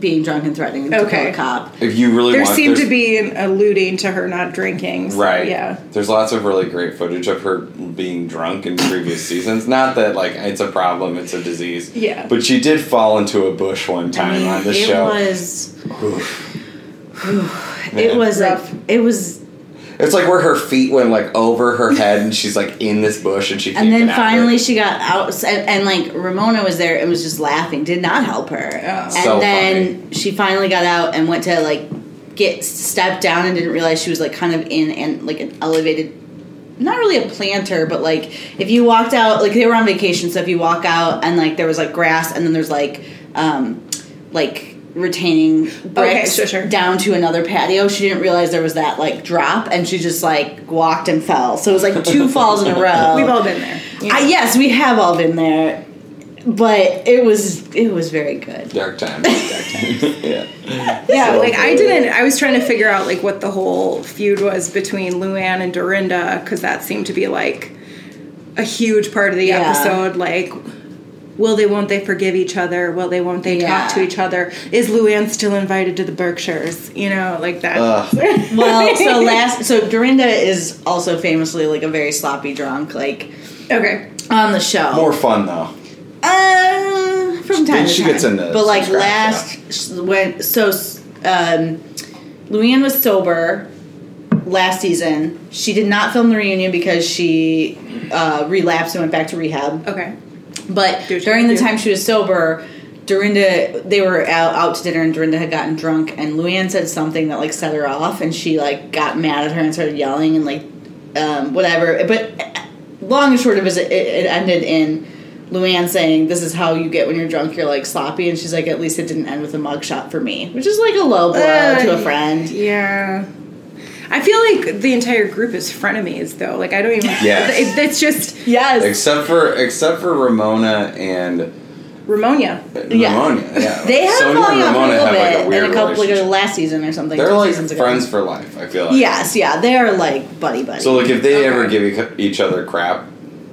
D: being drunk and threatening to call
C: Okay.
D: a cop.
E: if you really
C: There
E: want,
C: seemed to
E: there's-
C: be an alluding to her not drinking. so,
E: Right.
C: Yeah.
E: There's lots of really great footage of her being drunk in previous seasons. Not that like it's a problem, it's a disease.
C: Yeah.
E: But she did fall into a bush one time
D: I mean,
E: on this
D: it
E: show.
D: was.
E: Yeah.
D: It was
C: Rough.
D: a, It was,
E: It's like where her feet went like over her head, and she's like in this bush, and she can't
D: and then
E: get out of
D: finally
E: it.
D: she got out, and, and like Ramona was there and was just laughing, did not help her. and
E: So
D: then she finally got out and went to like get stepped down and didn't realize she was like kind of in and like an elevated. Not really a planter, but like if you walked out, like they were on vacation, so if you walk out and like there was like grass, and then there's like, um, like retaining bricks
C: sure, sure.
D: down to another patio. She didn't realize there was that like drop, and she just like walked and fell. So it was like two falls in a row.
C: We've all been there. you know.
D: I, yes, we have all been there, but it was it was very good.
E: dark times. Dark times. yeah.
C: yeah.
E: So
C: like I
E: good.
C: didn't. I was trying to figure out like what the whole feud was between Luann and Dorinda because that seemed to be like a huge part of the
D: Yeah.
C: episode. Like. Will they? Won't they forgive each other? Will they? Won't they
D: Yeah.
C: talk to each other? Is Luann still invited to the Berkshires? You know, like that.
E: Ugh.
D: Well, so last so Dorinda is also famously like a very sloppy drunk, like
C: okay.
D: on the show.
E: More fun though.
D: Uh, from time
E: And
D: to
E: she
D: time.
E: gets into
D: But like
E: some crap,
D: last sh- when so um, Luann was sober last season. She did not film the reunion because she uh, relapsed and went back to rehab.
C: Okay. Do
D: But
C: what you
D: during the
C: gotta do.
D: time she was sober, Dorinda they were out, out to dinner and Dorinda had gotten drunk and Luann said something that like set her off and she like got mad at her and started yelling and like um, whatever. But uh, long and short of it, is it, it ended in Luann saying, "This is how you get when you're drunk. You're like sloppy." And she's like, "At least it didn't end with a mugshot for me," which is like a low blow
C: Uh,
D: to a friend.
C: Yeah. I feel like the entire group is frenemies, though. Like I don't even. It,
E: Yes.
C: it's just
D: Yes.
E: Except for except for Ramona and
C: Ramonia.
D: Yeah.
E: Ramona. Yeah.
D: they had a
E: Sonia
D: falling
E: and
D: out for a little
E: Ramona have like
D: bit
E: a weird
D: in a couple like
E: relationship.
D: last season or something.
E: They're
D: two
E: like
D: seasons ago.
E: friends for life. I feel like.
D: Yes, yeah, they're like buddy buddy.
E: So like if they
C: Okay.
E: ever give each- each other crap,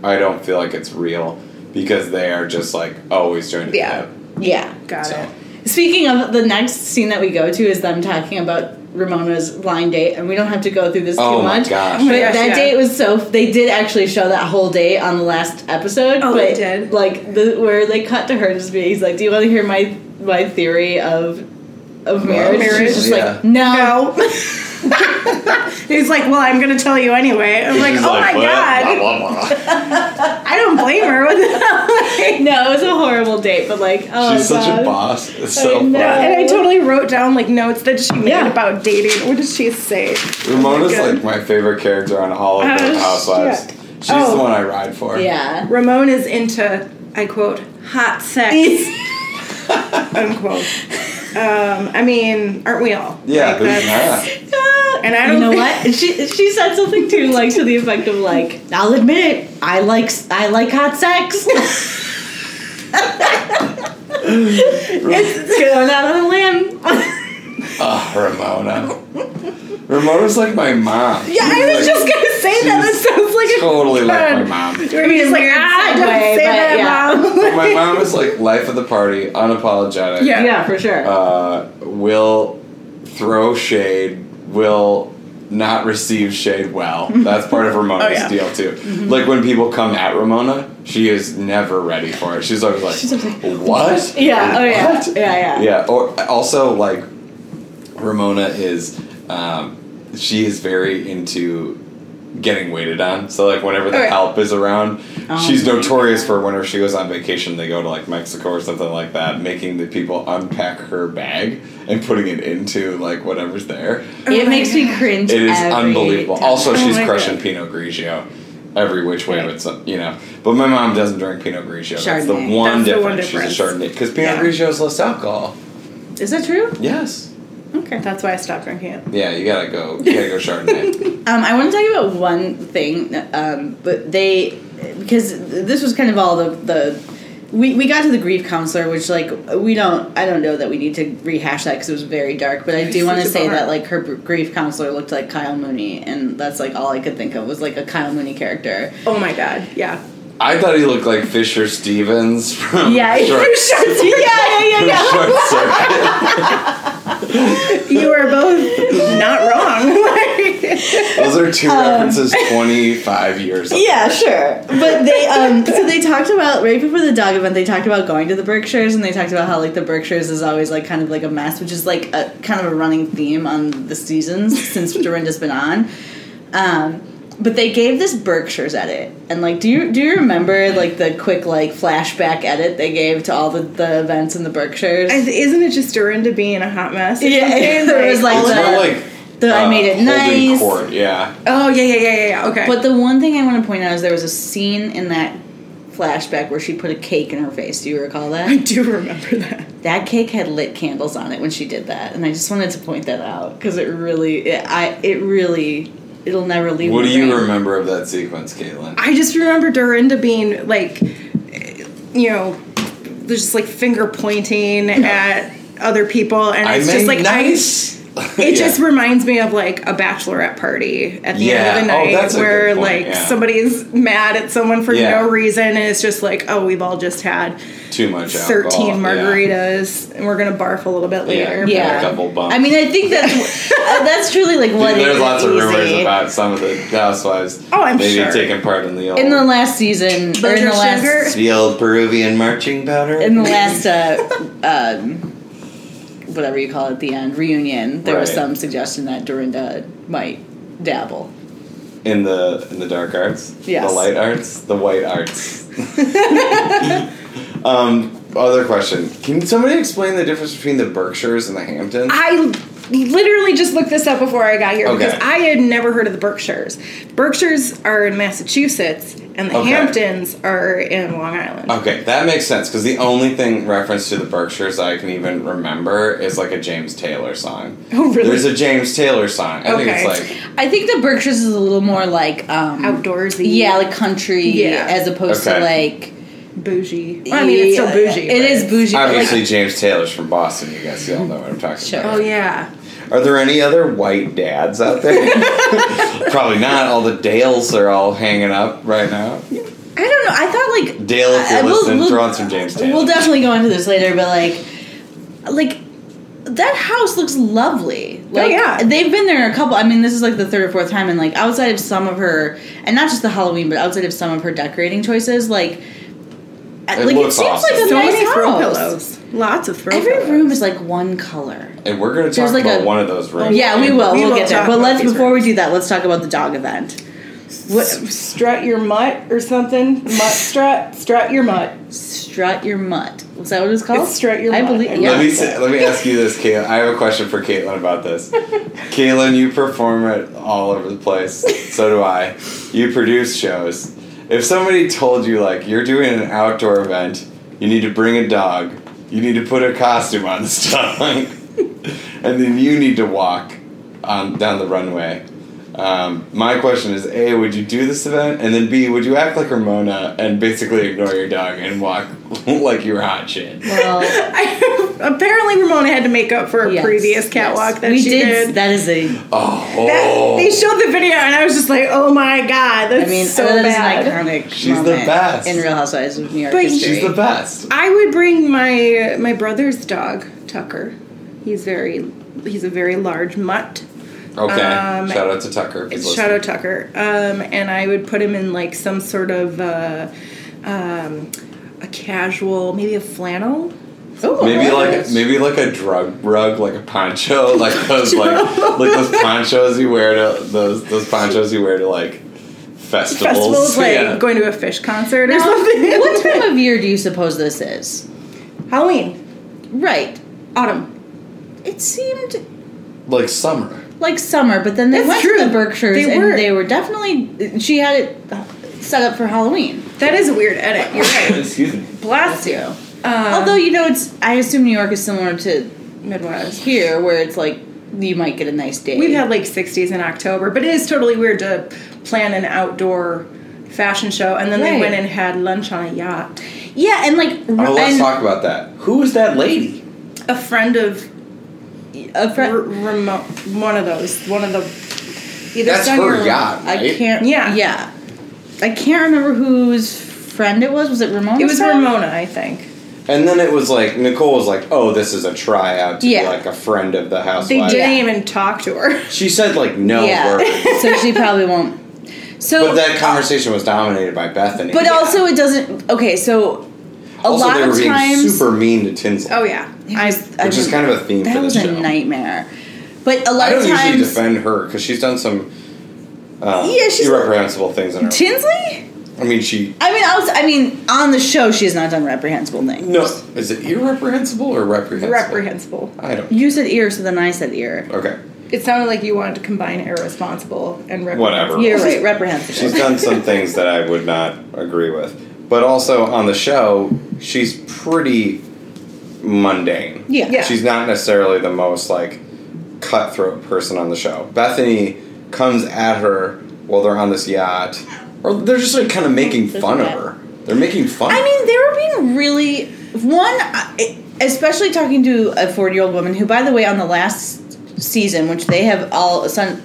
E: I don't feel like it's real because they are just like always trying to be
C: Yeah.
E: up.
D: Yeah.
C: Got
E: So.
C: it.
D: Speaking of the next scene that we go to is them talking about Ramona's blind date, and we don't have to go through this
E: Oh
D: too
E: my
D: much.
E: gosh,
D: But
C: yeah.
D: that
C: Yeah.
D: date was so. They did actually show that whole date on the last episode.
C: Oh,
D: but
C: they did?
D: Like the where they cut to her just being. He's like, "Do you want to hear my my theory of of marriage.
C: marriage,
D: She's just
E: yeah.
D: like, no.
C: No. He's like, well, I'm going to tell you anyway. I'm like,
E: She's
C: oh my
E: "Well,
C: god,
E: blah, blah, blah."
C: I don't blame her. What the hell? Like,
D: No, it was a horrible date, but like, oh,
E: She's such a
D: God.
E: boss. It's
D: know.
E: so funny.
C: And I totally wrote down like notes that she made
D: Yeah.
C: about dating. What did she say?
E: Ramona's
C: God.
E: like my favorite character on all of the
C: Oh,
E: Housewives.
C: shit.
E: She's
C: Oh.
E: the one I ride for.
D: Yeah.
C: Ramon is into, I quote, hot sex, unquote. Um, I mean, aren't we all?
E: Yeah,
C: Like,
E: there's
C: that's-
E: that.
C: And I
D: you
C: don't
D: know
C: think-
D: what she she said something too, like to the effect of like, I'll admit it, I like I like hot sex. it's going out on a limb.
E: Ugh, Ah, Ramona. Ramona's like my mom.
C: Yeah, I was
E: Like,
C: just gonna say that. That
E: she's
C: sounds like a
E: totally like my
C: God.
E: mom.
C: Where you're just like,
D: Weird
C: ah, don't
D: segue,
C: say
D: but
C: that,
D: yeah.
C: mom.
E: But my mom is like life of the party, unapologetic.
C: Yeah.
D: yeah, for sure.
E: Uh, will throw shade. Will not receive shade well. That's part of Ramona's
C: Oh, yeah.
E: deal too. Like when people come at Ramona, she is never ready for it. She's always like,
D: She's always like,
E: "What?
D: yeah, oh yeah.
E: What?
D: yeah, yeah,
E: yeah or also like ramona is um, she is very into getting waited on so like whenever the
C: Okay.
E: help is around
D: Oh
E: she's
D: my
E: notorious
D: God.
E: for whenever she goes on vacation they go to like mexico or something like that making the people unpack her bag and putting it into like whatever's there
C: my
D: It makes me cringe.
E: it is
D: every
E: unbelievable.
D: time.
E: Also,
C: Oh
E: she's
C: my
E: crushing
C: God.
E: Pinot Grigio every which way, but some, you know. But my mom doesn't drink Pinot Grigio. That's the
D: Chardonnay.
E: one
C: That's the
E: difference.
C: one
E: She's a
C: difference.
E: Chardonnay because Pinot
C: Yeah.
E: Grigio is less alcohol.
D: is that true?
E: Yes.
D: Okay.
C: That's why I stopped drinking it.
E: Yeah, you gotta go. You gotta go Chardonnay.
D: Um, I want to talk about one thing, um, but they because this was kind of all the the we, we got to the grief counselor, which like we don't I don't know that we need to rehash that because it was very dark, but I do
C: She's
D: want to
C: such a
D: say
C: bummer.
D: that like her br- grief counselor looked like Kyle Mooney, and that's like all I could think of was like a Kyle Mooney character.
C: Oh my god, yeah.
E: I thought he looked like Fisher Stevens from Short,
D: yeah, yeah, yeah, yeah.
E: Short Circuit.
C: You are both not wrong.
E: Those are two references twenty five years. ago.
D: Um, Yeah, sure. But they um so they talked about right before the dog event, they talked about going to the Berkshires and they talked about how like the Berkshires is always like kind of like a mess, which is like a kind of a running theme on the seasons since Dorinda's been on. Um but they gave this Berkshires edit, and like, do you do you remember like the quick like flashback edit they gave to all the, the events in the Berkshires?
C: And Isn't it just Dorinda being a hot mess? or
D: Yeah,
C: something?
D: there was, like,
E: It's
D: the-
E: more like
D: the, I
E: uh,
D: made it
E: Holden
D: nice.
E: Court. Yeah.
C: oh yeah, yeah, yeah, yeah, yeah. Okay.
D: But the one thing I want to point out is there was a scene in that flashback where she put a cake in her face. Do you recall that?
C: I do remember that.
D: That cake had lit candles on it when she did that, and I just wanted to point that out because it really, it, I, it really, it'll never leave.
E: What
D: my
E: do you
D: brain.
E: remember of that sequence, Caitlin?
C: I just remember Dorinda being like, you know, there's just like finger pointing at other people, and it's just like I. It
E: Yeah.
C: just reminds me of like a bachelorette party at the
E: Yeah.
C: end of the
E: Oh,
C: night
E: that's a good
C: where
E: point,
C: like
E: yeah.
C: somebody's mad at someone for
E: Yeah.
C: no reason, and it's just like, oh, we've all just had
E: too much alcohol.
C: 13
E: yeah.
C: margaritas, and we're gonna barf a little bit later.
E: Yeah.
D: yeah,
E: A couple bumps.
D: I mean, I think that's uh, that's truly like what
E: There's
D: is
E: lots of
D: easy.
E: rumors about some of the housewives.
C: Oh, I'm
E: maybe
C: sure.
E: taking part in the old
D: in the last season or in the
C: Butter
D: last
C: sugar?
E: the old Peruvian marching powder.
D: in the last uh, um, whatever you call it, the end reunion. There was
E: Right.
D: some suggestion that Dorinda might dabble.
E: in the in the dark arts,
D: Yes.
E: the light arts, the white arts. um, other question: Can somebody explain the difference between the Berkshires and the Hamptons?
C: I literally just looked this up before I got here
E: Okay.
C: because I had never heard of the Berkshires. Berkshires are in Massachusetts, and the
E: Okay.
C: Hamptons are in Long Island.
E: Okay, that makes sense because the only thing reference to the Berkshires that I can even remember is like a James Taylor song.
C: Oh, really?
E: There's a James Taylor song. I
C: Okay.
E: think it's like
D: I think the Berkshires is a little more like um,
C: Outdoorsy,
D: Yeah, like country
C: Yeah.
D: as opposed to
E: Okay.
D: like.
C: bougie. Well, I mean, it's still bougie.
D: It
C: but-
D: is bougie. but,
E: obviously
D: like,
E: James Taylor's from Boston. You guys y'all know what I'm talking
D: Sure.
E: about.
C: Oh yeah.
E: Are there any other white dads out there? Probably not. All the Dales are all hanging up right now.
D: I don't know. I thought like
E: Dale, if you're
D: I- we'll-
E: listening,
D: we'll-
E: throw on some James Taylor.
D: We'll definitely go into this later, but like, like that house looks lovely. Like,
C: Oh, yeah.
D: they've been there a couple. I mean, this is like the third or fourth time, and like outside of some of her, and not just the Halloween, but outside of some of her decorating choices, like Like, it
E: looks
D: seems like
E: awesome.
D: a
C: So
D: nice
C: many throw
D: house.
C: pillows. Lots of throw
D: Every
C: pillows.
D: room is like one color.
E: And we're going to talk
D: There's like
E: about
D: a- Oh,
E: one of those rooms.
A: Yeah, we
E: And
A: will.
C: We
A: We will
C: will
A: get there.
C: talk
A: But
C: about
A: let's
C: these
A: before we do that, let's talk about the dog event. What
C: strut your mutt or something. Mutt strut. Strut your mutt.
D: Strut your mutt. Is that what it's called?
C: It's strut your
D: I
C: mutt.
D: believe.
E: Let
D: Yeah.
E: me say, let me ask you this, Caitlin. I have a question for Caitlin about this. Caitlin, you perform at all over the place. So do I. You produce shows. If somebody told you like you're doing an outdoor event, you need to bring a dog, you need to put a costume on this dog, and then you need to walk on down the runway. Um, my question is: A, would you do this event? And then B, would you act like Ramona and basically ignore your dog and walk like you were hot shit?
D: Well,
C: I, apparently, Ramona had to make up for a
D: yes,
C: previous catwalk
D: yes.
C: that
D: we
C: she did.
D: That is a.
E: Oh,
C: That- they showed the video, and I was just like, "Oh my god, that's
D: I mean,
C: so
D: that is
C: bad."
D: an iconic.
E: She's the
D: moment
E: best.
D: in Real Housewives of New York
C: But
D: history.
E: she's the best.
C: I would bring my my brother's dog Tucker. He's very he's a very large mutt.
E: Okay,
C: Um,
E: shout out to Tucker. if he's
C: It's Shadow
E: listening.
C: Tucker, um, and I would put him in like some sort of uh, um, a casual, maybe a flannel.
D: Ooh,
E: Maybe
D: I
E: like
D: it.
E: maybe like a drug rug, like a poncho, like those like like those ponchos you wear to those those ponchos you wear to like festivals.
C: Festivals like
E: Yeah.
C: going to a fish concert or
D: Now,
C: something.
D: what time of year do you suppose this is?
C: Halloween,
D: Right.
C: autumn.
D: It seemed
E: like summer.
D: like summer, but then they
C: That's
D: went
C: true.
D: to the Berkshires
C: They
D: and
C: were.
D: they were definitely. She had it set up for Halloween.
C: That is a weird edit. You're right.
E: Excuse me.
C: Blast you. Um,
D: Although you know, it's I assume New York is similar to
C: Midwest.
D: here, where it's like you might get a nice day.
C: We've had like 60s in October, but it is totally weird to plan an outdoor fashion show and then they
D: Right.
C: went and had lunch on a yacht.
D: yeah, and like
E: Oh, let's
D: and
E: talk about that. Who is that lady?
C: A friend of
D: a
C: r-
D: friend.
C: remote, one of those, one of the either
E: That's
C: son
E: her
C: or-
E: yacht.
D: I
E: right?
D: can't.
C: Yeah.
D: yeah. I can't remember whose friend it was. Was it Ramona?
C: It was Ramona, I think.
E: And then it was like Nicole was like, "Oh, this is a tryout to be
D: Yeah.
E: like a friend of the house."
C: They didn't even talk to her.
E: She said like no
D: Yeah.
E: word,
D: so she probably won't. So,
E: but that conversation was dominated by Bethany.
D: but also it doesn't. Okay, so a
E: also,
D: lot
E: they were
D: of
E: being
D: times
E: super mean to Tinsley.
C: Oh yeah, I
D: I, I
E: Which is
D: mean,
E: kind of a theme
D: That
E: for
D: was
E: this
D: a
E: show.
D: nightmare. But a
E: I
D: lot
E: don't
D: of
E: usually
D: times,
E: defend her because she's done some uh,
D: Yeah, she's-
E: irreprehensible things in her.
D: Tinsley.
E: I mean, she
D: I mean, I was. I mean, on the show, she has not done reprehensible things.
E: no is it irreprehensible or reprehensible?
C: reprehensible.
E: I don't.
D: You said ear, so then I said ear.
E: Okay,
C: It sounded like you wanted to combine irresponsible and reprehensible.
E: Whatever.
D: You're right, reprehensible.
E: she's done some things that I would not agree with, but also on the show, she's pretty mundane.
D: yeah.
C: Yeah.
E: She's not necessarily the most like cutthroat person on the show. Bethany comes at her while they're on this yacht, or they're just like kind of making
D: There's
E: fun
D: a
E: of
D: cat.
E: her. They're making fun.
D: I
E: of
D: mean, they were being really one, I- especially talking to a forty-year-old woman who, by the way, on the last season, which they have all son,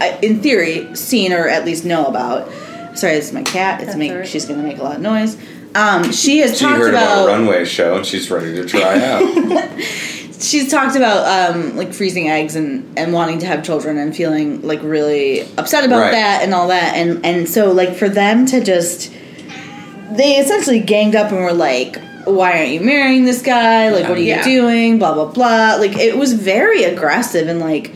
D: I- in theory, seen or at least know about. Sorry, this is my cat. It's
C: That's
D: make
C: all right.
D: she's going to make a lot of noise. Um, she has
E: She
D: talked
E: heard about,
D: about,
E: a runway show and she's ready to try out.
D: she's talked about um, like freezing eggs and, and wanting to have children and feeling like really upset about
E: Right.
D: that and all that and and so like for them to just they essentially ganged up and were like why aren't you marrying this guy like what are you
C: Yeah.
D: doing blah blah blah like it was very aggressive and like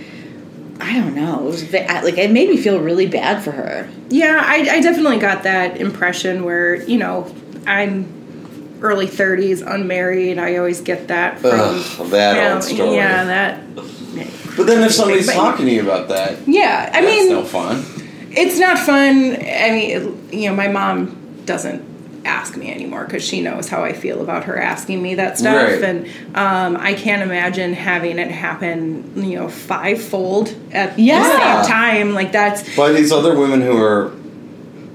D: I don't know it was ve- I- like it made me feel really bad for her
C: Yeah, I, I definitely got that impression where, you know, I'm early 30s, unmarried. I always get that from.
E: Ugh, that
C: Yeah,
E: old story.
C: Yeah, that.
E: but then if somebody's
C: But-
E: talking to you about that,
C: Yeah, I
E: that's
C: mean,
E: no fun.
C: it's not fun. I mean, it, you know, my mom doesn't ask me anymore because she knows how I feel about her asking me that stuff,
E: Right.
C: and um, I can't imagine having it happen, you know, fivefold at
D: Yeah.
C: the same time. Like that's
E: By these other women who are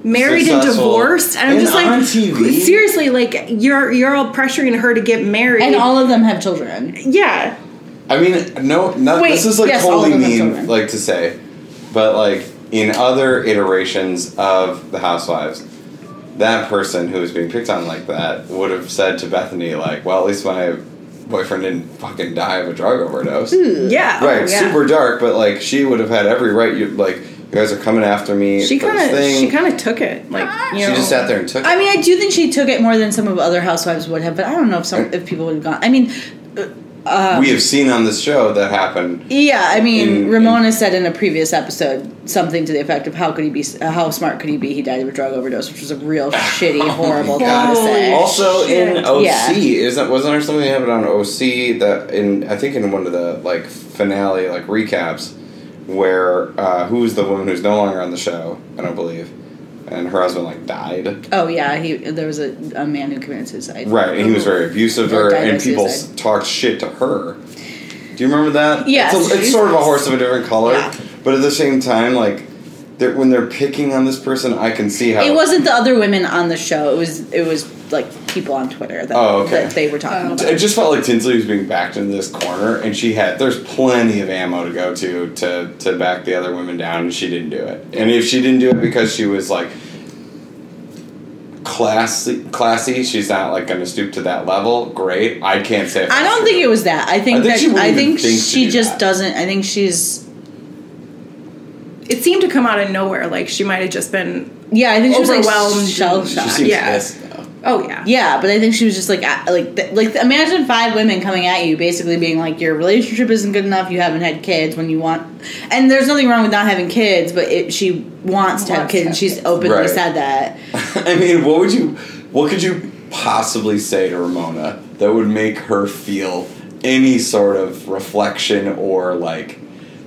C: married and
E: Successful.
C: divorced, and I'm
E: And
C: just like,
E: on TV.
C: seriously, like you're you're all pressuring her to get married,
D: and all of them have children
C: yeah,
E: I mean, no, not,
C: Wait,
E: this is like
D: yes, all of
E: wholly
D: them have
E: mean,
D: children.
E: like to say, but like in other iterations of the Housewives, that person who was being picked on like that would have said to Bethany, like, "Well, at least my boyfriend didn't fucking die of a drug overdose."
C: yeah,
E: Right,
C: oh, yeah.
E: super dark, but like she would have had every right. You like You guys are coming after me.
C: She
E: for this
C: kind of
E: thing."
C: she kind of took it.
E: like
C: you
E: she
C: know.
E: just sat there and took.
D: I
E: it.
D: mean, I do think she took it more than some of other housewives would have, but I don't know if some if people would have gone. I mean,
E: we have seen on this show that happen.
D: yeah, I mean,
E: In-
D: Ramona said in a previous episode something to the effect of how could he be, uh, how smart could he be? He died of a drug overdose, which was a real shitty, horrible thing to
E: God.
D: say.
E: Also in
C: Shit.
E: OC,
D: Yeah.
E: isn't wasn't there something that happened on OC that in I think in one of the like finale like recaps where uh, who's the woman who's no longer on the show? I don't believe, and her husband like died.
D: Oh yeah, he there was a, a man who committed suicide.
E: Right, and he was very abusive to
D: Or
E: her,
D: died by
E: and people s
D: suicide.
E: talked shit to her. Do you remember that?
D: Yes.
E: It's, a- it's sort of a horse of a different color,
D: Yeah.
E: but at the same time, like, they're, when they're picking on this person, I can see how.
D: It wasn't the other women on the show. It was it was like people on Twitter that,
E: Oh, okay.
D: that they were talking
C: Oh.
D: about.
E: It just felt like Tinsley was being backed into this corner, and she had. There's plenty of ammo to go to to to back the other women down, and she didn't do it. And if she didn't do it because she was like classy, classy, she's not like going to stoop to that level. Great, I can't say. if
D: I
E: that's
D: don't
E: true.
D: think it was that. I think,
E: I think she
D: that
E: wouldn't
D: I
E: even
D: think,
E: think to
D: she
E: do
D: just
E: that.
D: doesn't. I think she's
C: It seemed to come out of nowhere. Like she might have just been.
D: yeah. I think she was like
C: Overwhelmed.
D: shell
C: She
E: She
D: shocked.
E: seems
C: Yeah.
E: pissed though.
C: Oh yeah.
D: Yeah, but I think she was just like at- like th- like imagine five women coming at you, basically being like your relationship isn't good enough, you haven't had kids when you want, and there's nothing wrong with not having kids, but it, she wants to have
C: Wants to
D: kids. and
C: have
D: She's
C: kids.
D: openly
E: Right.
D: said that.
E: I mean, what would you, what could you possibly say to Ramona that would make her feel any sort of reflection or like?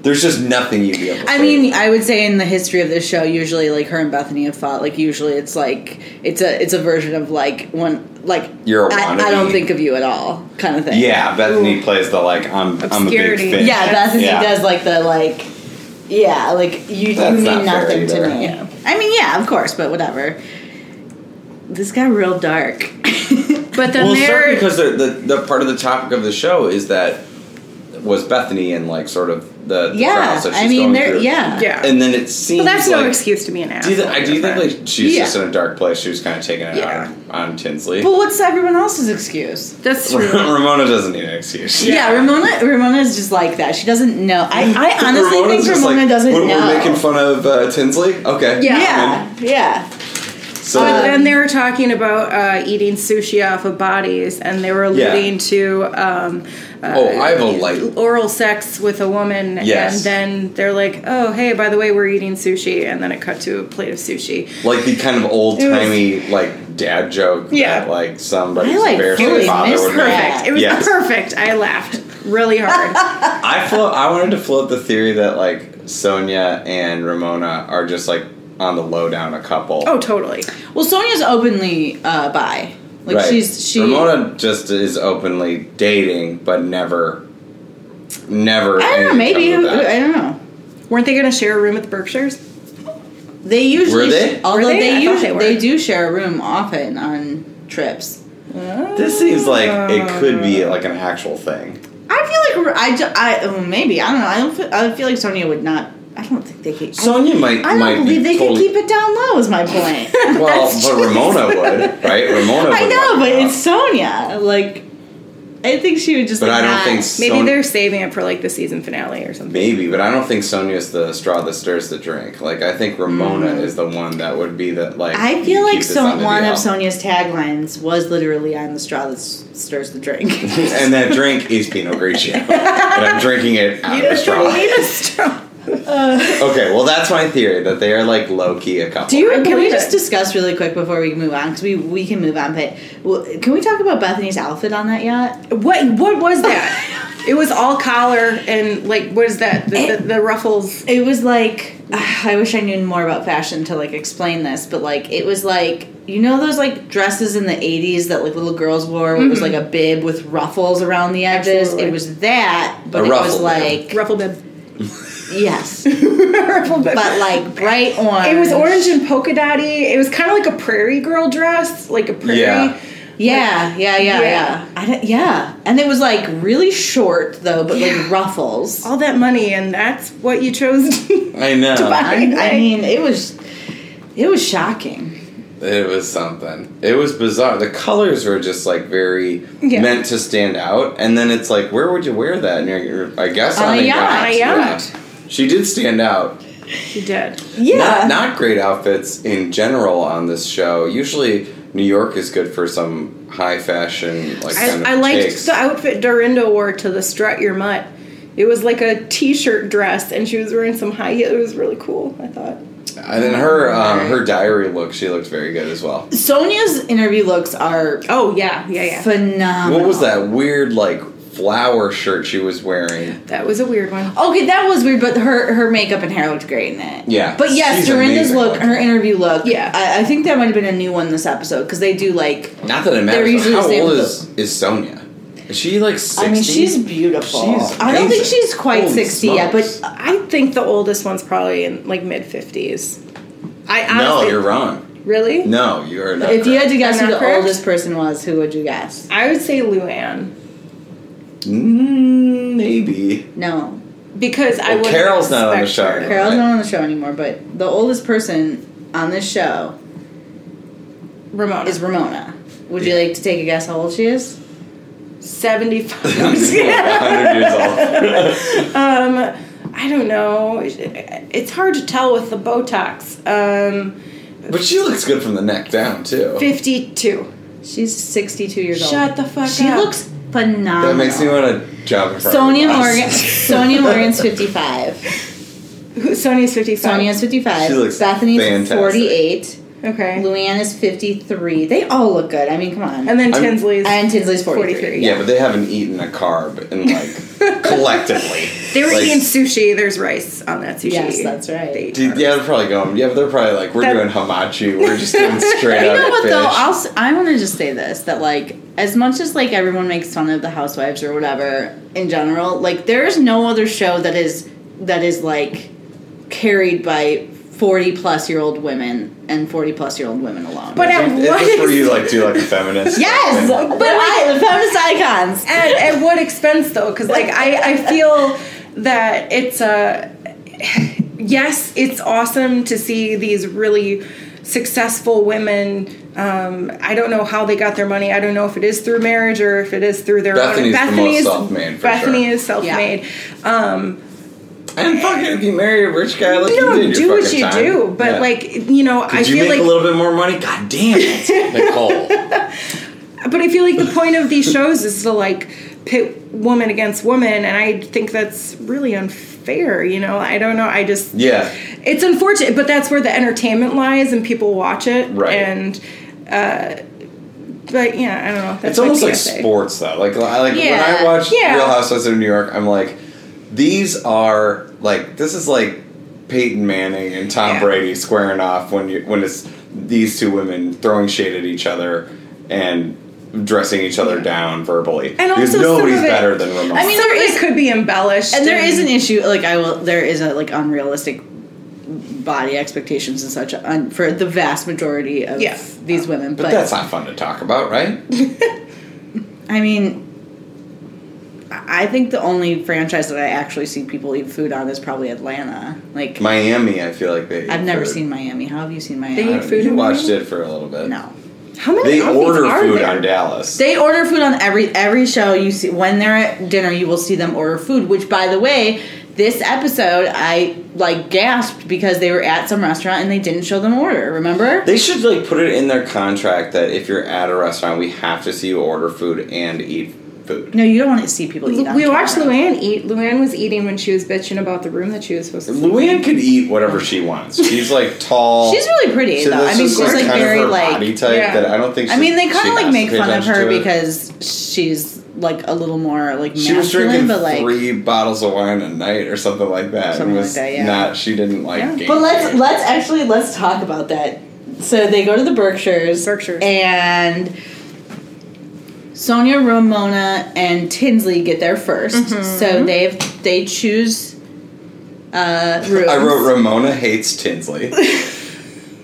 E: There's just nothing you'd be able. To
D: I
E: say.
D: mean, I would say in the history of this show, usually like her and Bethany have fought. Like usually, it's like it's a it's a version of like when like
E: You're a
D: I, I don't
E: wannabe.
D: think of you at all kind of thing.
E: yeah, Bethany plays the like I'm I'm a big
C: Obscurity.
E: fish.
D: yeah. Bethany
E: Yeah.
D: does like the like yeah like you, you
E: That's
D: mean
E: not fair
D: nothing to
E: either.
D: me.
C: Yeah.
D: I mean, yeah, of course, but whatever. This got real dark.
C: But then
E: Well, certainly
C: there.
E: because the, the the part of the topic of the show is that was Bethany and like sort of the, the
D: yeah,
E: trials that she's
D: I mean,
E: going
D: there.
E: through.
D: Yeah,
C: Yeah.
E: and then it seems
C: Well, that's
E: like,
C: no excuse to be an asshole.
E: Do you, th- do you think
C: Jennifer.
E: like she's
D: Yeah.
E: just in a dark place? She was kind of taking it
C: Yeah.
E: out on Tinsley.
D: But what's everyone else's excuse?
C: that's true?
E: Ramona doesn't need an excuse.
D: Yeah. Ramona. Ramona is just like that. She doesn't know. I, I honestly
E: Ramona's
D: think
E: just
D: Ramona
E: like,
D: doesn't
E: when
D: know.
E: We're making fun of uh, Tinsley. Okay.
C: Yeah.
D: yeah, Uh, yeah.
E: So
C: But then they were talking about uh, eating sushi off of bodies, and they were
E: Yeah.
C: alluding to um, uh,
E: Oh, I have a light.
C: oral sex with a woman,
E: Yes.
C: and then they're like, "Oh, hey, by the way, we're eating sushi," and then it cut to a plate of sushi.
E: like the kind of old timey like dad joke
C: Yeah.
E: that like somebody's
D: I, like,
E: embarrassing
D: fully
E: father
D: missed
E: would
C: Perfect.
E: make.
D: that.
C: It was
E: Yes.
C: perfect. I laughed really hard.
E: I float. I wanted to float the theory that like Sonia and Ramona are just like on the lowdown a couple.
C: oh, totally.
D: Well, Sonia's openly uh, bi. Like
E: right.
D: she's she.
E: Ramona just is openly dating, but never,
D: I
E: never.
D: don't know.
E: anything
D: Maybe
E: comes of that.
D: I don't know.
C: Weren't they going to share a room at the Berkshires?
D: They usually,
E: Were they?
D: although
C: Were they?
D: they
C: I thought
D: usually
C: they were.
D: they do share a room often on trips.
E: This seems like it could be like an actual thing.
D: I feel like I, ju- I oh, maybe I don't know. I don't. Feel, I feel like Sonia would not. I don't think they could.
E: Sonia might.
D: I don't
E: might
D: believe
E: be
D: they
E: totally,
D: could keep it down low. Is my point.
E: Well, but Ramona would, right? Ramona. Would
D: I know,
E: like
D: but
E: that.
D: it's Sonia. Like, I think she would just.
E: But
D: like,
E: I
D: not-
E: don't think
C: Maybe
E: Son-
C: they're saving it for like the season finale or something.
E: Maybe, but I don't think Sonia's the straw that stirs the drink. Like I think Ramona is the one that would be the like.
D: Mm. I
E: you
D: feel
E: keep
D: like
E: this
D: so,
E: under the
D: one
E: L.
D: of Sonia's taglines was literally "I'm the straw that s- stirs the drink."
E: and that drink is Pinot Grigio, and I'm drinking it out of the straw. Okay, well that's my theory that they are like low key a couple.
D: Do you?
C: I
D: Can we
C: believe
D: just
C: it.
D: discuss really quick before we move on? Because we we can move on, but well, can we talk about Bethany's outfit on that yacht?
C: What what was that? it was all collar and like what is that? The, the, the ruffles.
D: It was like I wish I knew more about fashion to like explain this, but like it was like you know those like dresses in the '80s that like little girls wore. Where It was like a bib with ruffles around the edges.
C: Mm-hmm. Absolutely.
D: It was that, but
E: A
D: it was
E: ruffle bib.
D: like
C: Ruffle bib.
D: yes,
C: Ruffle bib.
D: but like bright orange.
C: it was orange and polka dotty. It was kind of like a prairie girl dress, like a prairie.
E: Yeah.
D: Yeah, yeah, yeah,
C: Yeah.
D: yeah. I don't, yeah, and it was like really short though, but like
E: Uh,
D: ruffles.
C: All that money and that's what you chose.
E: I know
C: buy-
D: I, I
C: Like-
D: mean, it was it was shocking.
E: it was something. It was bizarre. The colors were just like very
C: Yeah.
E: meant to stand out, and then it's like where would you wear that? And you're, you're- I guess
D: On
E: on,
D: a yacht.
C: On a yacht.
E: Yeah. She did stand out.
C: She did.
D: Yeah.
E: Not, not great outfits in general on this show. Usually, New York is good for some high fashion, like kind of
C: I, I liked
E: takes.
C: the outfit Dorinda wore to the Strut Your Mutt. It was like a t-shirt dress, and she was wearing some high heels. It was really cool. I thought.
E: And then her um, her diary look, she looked very good as well.
D: Sonia's interview looks are
C: Oh yeah, yeah, yeah.
D: phenomenal.
E: What was that weird like flower shirt she was wearing?
C: that was a weird one.
D: Okay, that was weird, but her her makeup and hair looked great in it.
E: Yeah.
D: But yes,
E: She's
D: Dorinda's
E: amazing
D: look,
E: looking.
D: her interview look.
C: Yeah.
D: I, I think that might have been a new one this episode because they do like.
E: Not that it
D: They're
E: matters.
D: usually
E: but How
D: the same
E: old
D: look.
E: is is Sonia? Is she like sixty?
D: I mean, she's beautiful.
E: She's
D: I don't think
E: amazing.
D: she's quite
E: Holy
D: sixty
E: smokes.
D: yet, but
C: I think the oldest one's probably in like mid fifties. I
E: no,
C: honestly
E: you're wrong.
C: really.
E: No, you are not.
D: if you had to guess
C: I'm
D: who the
C: not correct?
D: oldest person was, who would you guess?
C: I would say Luann
E: Mm, maybe
D: No,
C: because I
E: Well,
C: would.
E: Carol's not on the show.
D: Carol's not on the show anymore. But the oldest person on this show
C: Ramona
D: is Ramona. Would you like to take a guess how old she is?
C: seventy-five. No, I'm just kidding.
E: hundred years old.
C: I don't know. It's hard to tell with the Botox. Um,
E: But she looks good from the neck down too.
C: fifty-two.
D: She's sixty-two years old.
C: Shut the fuck
D: She
C: up.
D: looks phenomenal.
E: That makes me want to jump in front
D: Sonia
E: of her.
D: Morgan. Sonia Morgan's fifty-five.
C: Who- Sonia's 55.
D: Sonia's fifty-five.
E: She looks
D: Bethany's
E: fantastic.
D: forty-eight.
C: Okay.
D: Luann is fifty-three. They all look good. I mean, come on.
C: And then
E: I'm-
C: Tinsley's.
D: And Tinsley's 43.
C: 43.
E: Yeah, but they haven't eaten a carb in like collectively.
C: They were
E: Like,
C: eating sushi. There's rice on that sushi.
D: Yes, that's right.
C: They ate
E: Dude,
C: carbs.
E: yeah, they're probably going. Yeah, but they're probably like, we're
C: That-
E: doing hamachi. We're just doing straight out
D: You know what
E: fish.
D: though? I'll, s- I want to just say this that like as much as like everyone makes fun of the housewives or whatever in general, like there is no other show that is that is like carried by forty plus year old women and forty plus year old women alone.
C: But at
E: Is
C: what,
E: this where
C: ex-
E: you like do like a feminist?
D: yes, but
C: But, like-
D: I, the feminist icons.
C: at, at what expense, though? Because, like, I, I feel that it's a. Yes, it's awesome to see these really successful women. Um, I don't know how they got their money. I don't know if it is through marriage or if it is through their own.
E: Bethany's the most self-made, for
C: Bethany
E: sure.
C: is self-made. Um,
E: And fucking, if you marry a rich guy, like
C: no,
E: you did
C: do
E: your
C: what
E: fucking
C: you
E: time.
C: do, but
E: Yeah.
C: like you know, I
E: Did you
C: feel
E: make
C: like
E: a little bit more money? God damn it, Nicole.
C: But I feel like the point of these shows is to like pit woman against woman, and I think that's really unfair. You know, I don't know. I just
E: Yeah,
C: it's unfortunate, but that's where the entertainment lies, and people watch it.
E: Right.
C: And uh, but yeah, I don't know. That's
E: it's almost
C: my
E: like
C: PSA.
E: sports though. Like I like when I
D: Yeah,
E: watch
C: yeah.
E: Real Housewives of New York, I'm like, these are like this is like Peyton Manning and Tom
C: Yeah.
E: Brady squaring off when you when it's these two women throwing shade at each other and dressing each other down verbally.
C: And
E: because
C: also some
E: nobody's
C: of it-
E: better than Ramona.
D: I mean,
C: Some of
D: there
C: it
D: is-
C: could be embellished,
D: and there is an issue like i will there is a like unrealistic body expectations and such on, for the vast majority of
C: Yeah.
D: these women
E: but
D: but,
E: that's not fun to talk about, right?
D: i mean i I think the only franchise that i actually see people eat food on is probably atlanta like
E: Miami, I feel like they.
D: i've never
E: for-
D: seen miami how have you seen
C: They
D: miami
C: eat food
E: You
C: in
E: watched it for a little bit.
D: no
C: How many
E: They
C: outfits
E: order
C: are
E: food
C: there?
E: on Dallas.
D: They order food on every every show you see. When they're at dinner, you will see them order food. Which, by the way, this episode I like gasped because they were at some restaurant and they didn't show them order. Remember?
E: They should like put it in their contract that if you're at a restaurant, we have to see you order food and eat food.
D: no, you don't want to see people eat. On
C: We watched
D: camera.
C: Luann eat. Luann was eating when she was bitching about the room that she was supposed to. sleep in.
E: Luann could eat whatever she wants. She's like tall.
D: She's really pretty
E: So
D: though.
E: that's
D: I mean,
E: just,
D: she's like
E: kind of
D: very
E: her
D: like.
E: body type
C: Yeah.
E: that I don't think.
D: I mean, they
E: she-
D: kind
E: she
D: of like
E: has
D: make
E: to pay
D: fun of
E: attention
D: her
E: to it.
D: because she's like a little more like
E: she was
D: masculine,
E: drinking
D: but like.
E: three bottles of wine a night or something like that.
D: Something
E: it
D: like
E: was
D: that, yeah.
E: Not she didn't like.
C: Yeah.
E: game
D: But let's
E: theory.
D: let's actually let's talk about that. So they go to the Berkshires.
C: Berkshires.
D: And Sonia, Ramona, and Tinsley get there 1st So they've they choose uh rooms.
E: I wrote Ramona hates Tinsley.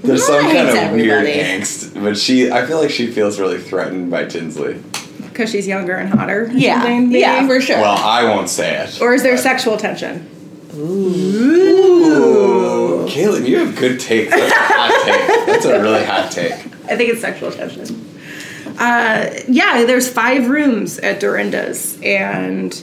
E: There's some
D: Ramona
E: kind of
D: hates
E: weird
D: everybody.
E: angst, but she. I feel like she feels really threatened by Tinsley.
C: because she's younger and hotter. or
D: Yeah.
C: something, maybe?
D: Yeah, for sure.
E: Well, I won't say it.
C: Or is there sexual tension?
E: Ooh, Caitlin, you have good takes. That's a hot take. That's a really hot take.
C: I think it's sexual tension. Uh, yeah, there's five rooms at Dorinda's, and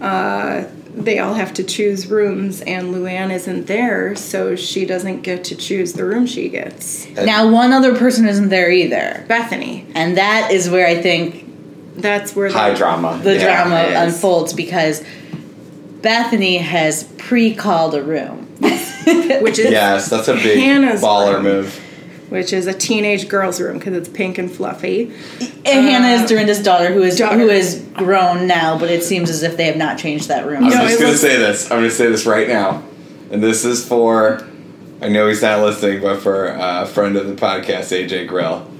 C: uh, they all have to choose rooms, and Luann isn't there, so she doesn't get to choose the room she gets.
D: Now, one other person isn't there either.
C: Bethany.
D: And that is where I think
C: That's where
E: High
C: the-
E: drama.
D: the
E: Yeah.
D: drama
C: it is.
D: unfolds because Bethany has pre called a room.
C: which is
E: Yes, that's a big
C: Hannah's
E: baller
C: room.
E: move.
C: which is a teenage girl's room because it's pink and fluffy.
D: And Hannah is Dorinda's daughter, who is
C: Daughter.
D: who is grown now, but it seems as if they have not changed that room.
C: No,
E: I'm
C: it
E: just gonna
C: was-
E: say this. I'm gonna say this right now, and this is for. I know he's not listening, but for uh, a friend of the podcast, AJ Grill,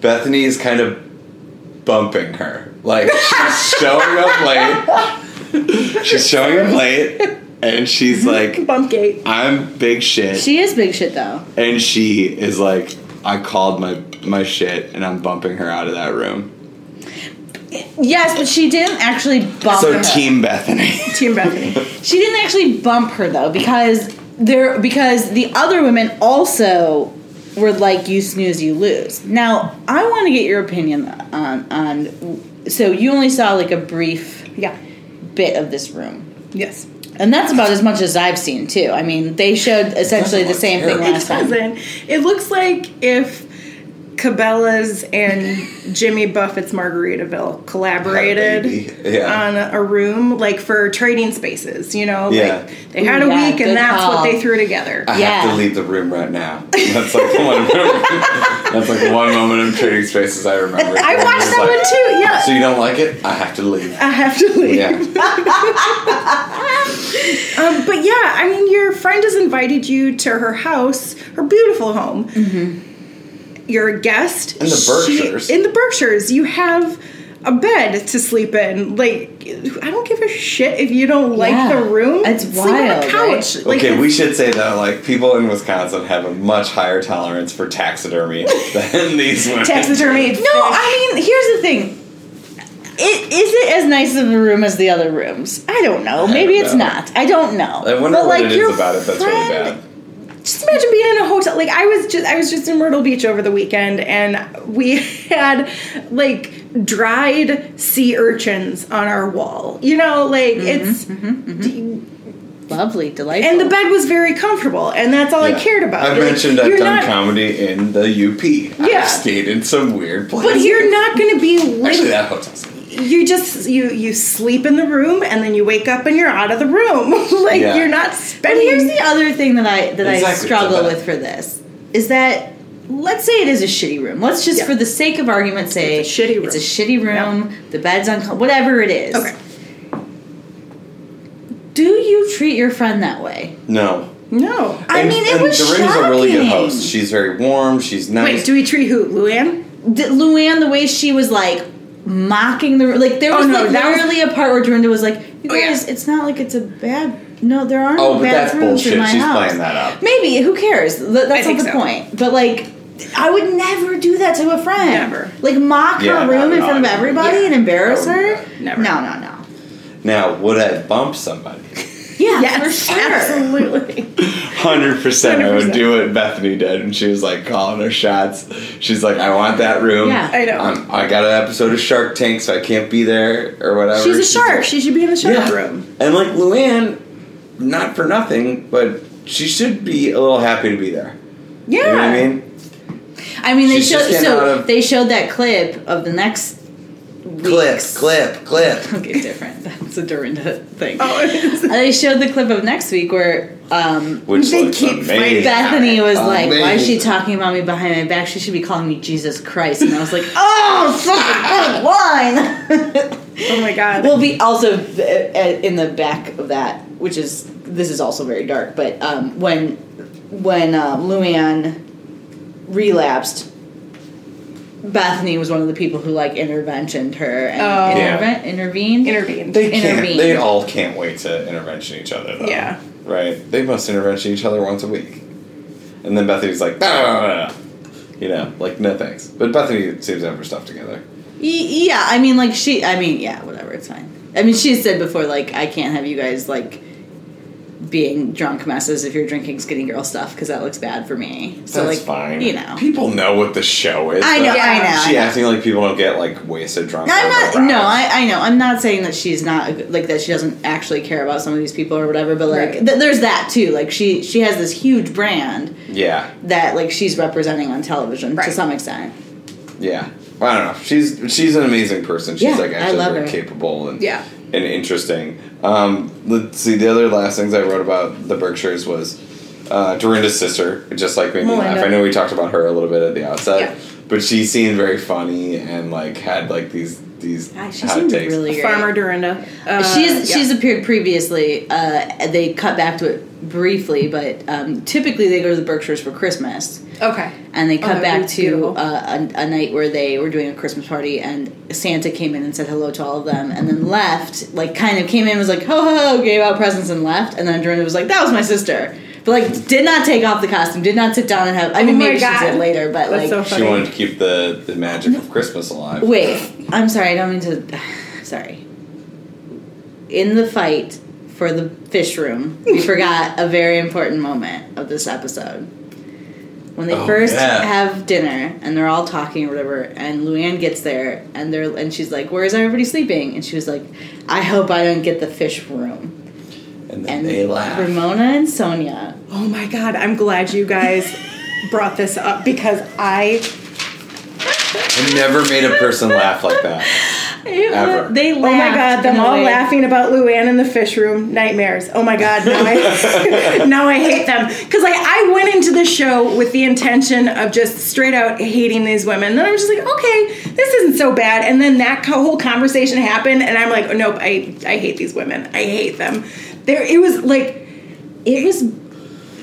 E: Bethany is kind of bumping her. Like she's showing up late. She's showing up late, and she's like,
C: Bumpgate.
E: "I'm big shit,"
D: She is big shit though.
E: and she is like, "I called my my shit, and I'm bumping her out of that room."
D: Yes, but she didn't actually bump
E: So
D: her.
E: team Bethany.
C: Team Bethany.
D: she didn't actually bump her though because there because the other women also were like you snooze you lose. Now I want to get your opinion on on so you only saw like a brief
C: yeah.
D: bit of this room.
C: Yes.
D: And that's about as much as I've seen too. I mean, they showed essentially the same thing
E: terrible.
D: last time.
C: Cousin. It looks like if Cabela's and Jimmy Buffett's Margaritaville collaborated
E: Baby. Yeah.
C: on a room, like for trading spaces, you know?
E: Yeah.
C: Like they had
D: Ooh,
C: a
D: yeah,
C: week and
D: good
C: that's
D: call.
C: what they threw together.
E: I have
D: Yeah.
E: to leave the room right now. That's like one. that's like one moment of Trading Spaces I remember.
C: I watched that one too, yeah.
E: So you don't like it? I have to leave.
C: I have to leave.
E: Yeah.
C: Um, but yeah, I mean, your friend has invited you to her house, her beautiful home.
D: Mm-hmm.
C: You're a guest
E: In the
C: She-
E: Berkshires.
C: in the Berkshires, you have a bed to sleep in. Like, I don't give a shit if you don't like
D: Yeah.
C: the room.
D: It's
C: sleep on
D: wild,
C: the couch. Like,
E: Okay, we should say that like people in Wisconsin have a much higher tolerance for taxidermy than these women.
C: taxidermy.
D: No, I mean, here's the thing. It, is it as nice of a room as the other rooms? I don't know. Maybe
E: don't
D: it's
E: know.
D: not. I don't know.
E: I wonder
D: But,
E: what
D: like,
E: it
D: your
E: is about it that's really
D: friend-
E: bad.
C: just imagine being in a hotel like i was just i was just in myrtle beach over the weekend and we had like dried sea urchins on our wall you know like
D: Mm-hmm,
C: it's
D: Lovely, delightful.
C: and the bed was very comfortable and that's all
E: Yeah.
C: i cared about
E: I've
C: You're like,
E: mentioned I've
C: you're
E: done
C: not-
E: comedy in the UP.
C: Yeah.
E: I've stayed in some weird places.
C: but you're not going to be living
E: Actually, that hotel's.
C: you just you you sleep in the room and then you wake up and you're out of the room like
E: Yeah.
C: you're not
D: But here's
C: spending
D: the other thing that I that I
E: Exactly, it's
D: struggle
E: about-
D: with for this is that let's say it is a shitty room. Let's just
C: Yeah.
D: for the sake of argument say
C: It's a shitty room.
D: It's a shitty room. The bed's uncomfortable. Whatever it is.
C: okay
D: Do you treat your friend that way?
E: No.
C: no
D: I
E: And-
D: mean, it
E: and
D: was
E: Dorinda's a really good
D: shocking.
E: host. She's very warm. She's nice.
C: wait do we treat who luann
D: The, Luann, the way she was like mocking the like there
C: Oh,
D: was
C: no,
D: like
C: that was-
D: literally a part where Dorinda was like, "You
C: Oh, yeah.
D: guys, it's not like it's a bad. No, there aren't
E: Oh, but
D: bad
E: that's
D: rooms in
E: bullshit.
D: my
E: She's
D: house."
E: playing that up.
D: Maybe who cares? Th- That's
C: think
D: not the
C: so.
D: point. But like, I would never do that to a friend.
C: Never.
D: Like mock her
E: Yeah, no,
D: room in
E: no,
D: front of
E: I wouldn't.
D: everybody
C: Yeah.
D: and embarrass
E: I
D: her.
E: wouldn't do
C: that. Never.
D: No, no, no.
E: Now, would I bump somebody?
D: Yeah,
C: yes
D: for sure.
C: absolutely
E: Hundred percent, I would
C: 100%.
E: do what Bethany did, and she was like calling her shots. She's like, "I want that room.
D: Yeah.
C: I know.
E: I'm- I got an episode of Shark Tank, so I can't be there or whatever."
C: She's a shark. She should be in the shark
E: like- Yeah.
C: room.
E: And like Luann, not for nothing, but she should be a little happy to be there.
C: Yeah.
E: You know what I mean?
D: I mean, they
E: She's just
D: showed
E: getting out
D: so
E: of-
D: they showed that clip of the next
E: Clip,
D: week's-
E: clip, clip.
D: Okay, different. That's a Dorinda thing.
C: Oh, it's-
D: They showed the clip of next week where um,
E: Which
C: They
E: looks
C: keep
E: amazing.
D: Bethany was like, "Why is she
E: Amazing.
D: talking about me behind my back? She should be calling me Jesus Christ." And I was like, "Oh, such a good line."
C: oh my god.
D: We'll be also uh, in the back of that, which is this is also very dark. But um, when when uh, Luann relapsed, Bethany was one of the people who like interventioned her and
C: Oh.
E: Yeah.
D: interve- intervened.
C: intervened.
E: They can't.
D: Intervene.
E: They all can't wait to intervention each other. Though.
C: Yeah.
E: Right. They must intervention each other once a week, and then Bethany's like, no, no, no, no." you know, like no thanks. But Bethany seems to have her stuff together.
D: Y- yeah, I mean, like she. I mean, yeah, whatever. It's fine. I mean, she said before, like I can't have you guys like being drunk messes if you're drinking skinny girl stuff because that looks bad for me. So
E: That's
D: like,
E: fine.
D: you know,
E: people know what the show is.
D: I know,
E: though.
D: I know,
E: She
D: I know.
E: acting like people don't get like wasted drunk.
D: I'm
E: over
D: not. No,
E: Ralph.
D: I, I know. I'm not saying that she's not a good- like that. She doesn't actually care about some of these people or whatever. But like,
C: Right.
D: th- there's that too. Like she she has this huge brand
E: Yeah,
D: that like she's representing on television to
C: Right.
D: some extent.
E: yeah. Well, I don't know. She's she's an amazing person. She's
D: Yeah,
E: like
D: I
E: actually
D: love
E: very
D: her.
E: capable and
C: Yeah.
E: and interesting. Um, let's see. The other last things I wrote about the Berkshires was uh, Dorinda's sister. it Just like made me laugh.
C: Melinda.
E: I know we talked about her a little bit at the outset,
C: Yeah.
E: but she seemed very funny and like had like these these
D: Ah, she
E: hot
D: seemed
E: takes.
D: really great.
C: Farmer Dorinda. Uh,
D: she's
C: yeah.
D: she's appeared previously. Uh, they cut back to it briefly, but um, typically they go to the Berkshires for Christmas.
C: okay.
D: and they cut
C: Oh,
D: back
C: it's
D: to
C: beautiful.
D: uh, a, a night where they were doing a Christmas party, and Santa came in and said hello to all of them, and then left. Like, kind of came in, was like, "Ho ho!" ho, gave out presents and left, and then Dorinda was like, "That was my sister," but like, did not take off the costume, did not sit down and have. I mean,
C: Oh my
D: maybe she
C: God.
D: did later, but
C: That's so
D: like,
E: She
C: funny.
E: wanted to keep the the magic of Christmas alive.
D: wait, I'm sorry, I don't mean to. sorry. In the fight for the fish room, we forgot a very important moment of this episode. When they
E: Oh,
D: first
E: yeah.
D: have dinner and they're all talking or whatever, and Luann gets there and they're and she's like, "Where is everybody sleeping?" And she was like, "I hope I don't get the fish room."
E: And then
D: And
E: they laughed.
D: Ramona and Sonia.
C: Oh my god, I'm glad you guys brought this up because I
E: I never made a person laugh like that. Ever.
D: They laughed.
C: Oh my god, them
D: in a
C: all
D: way-
C: laughing about Luann in the fish room nightmares. Oh my god, now I now I hate them because like I went into the show with the intention of just straight out hating these women. Then I'm just like, okay, this isn't so bad. And then that co- whole conversation happened, and I'm like, oh, nope, I I hate these women. I hate them. There, it was like
D: It was.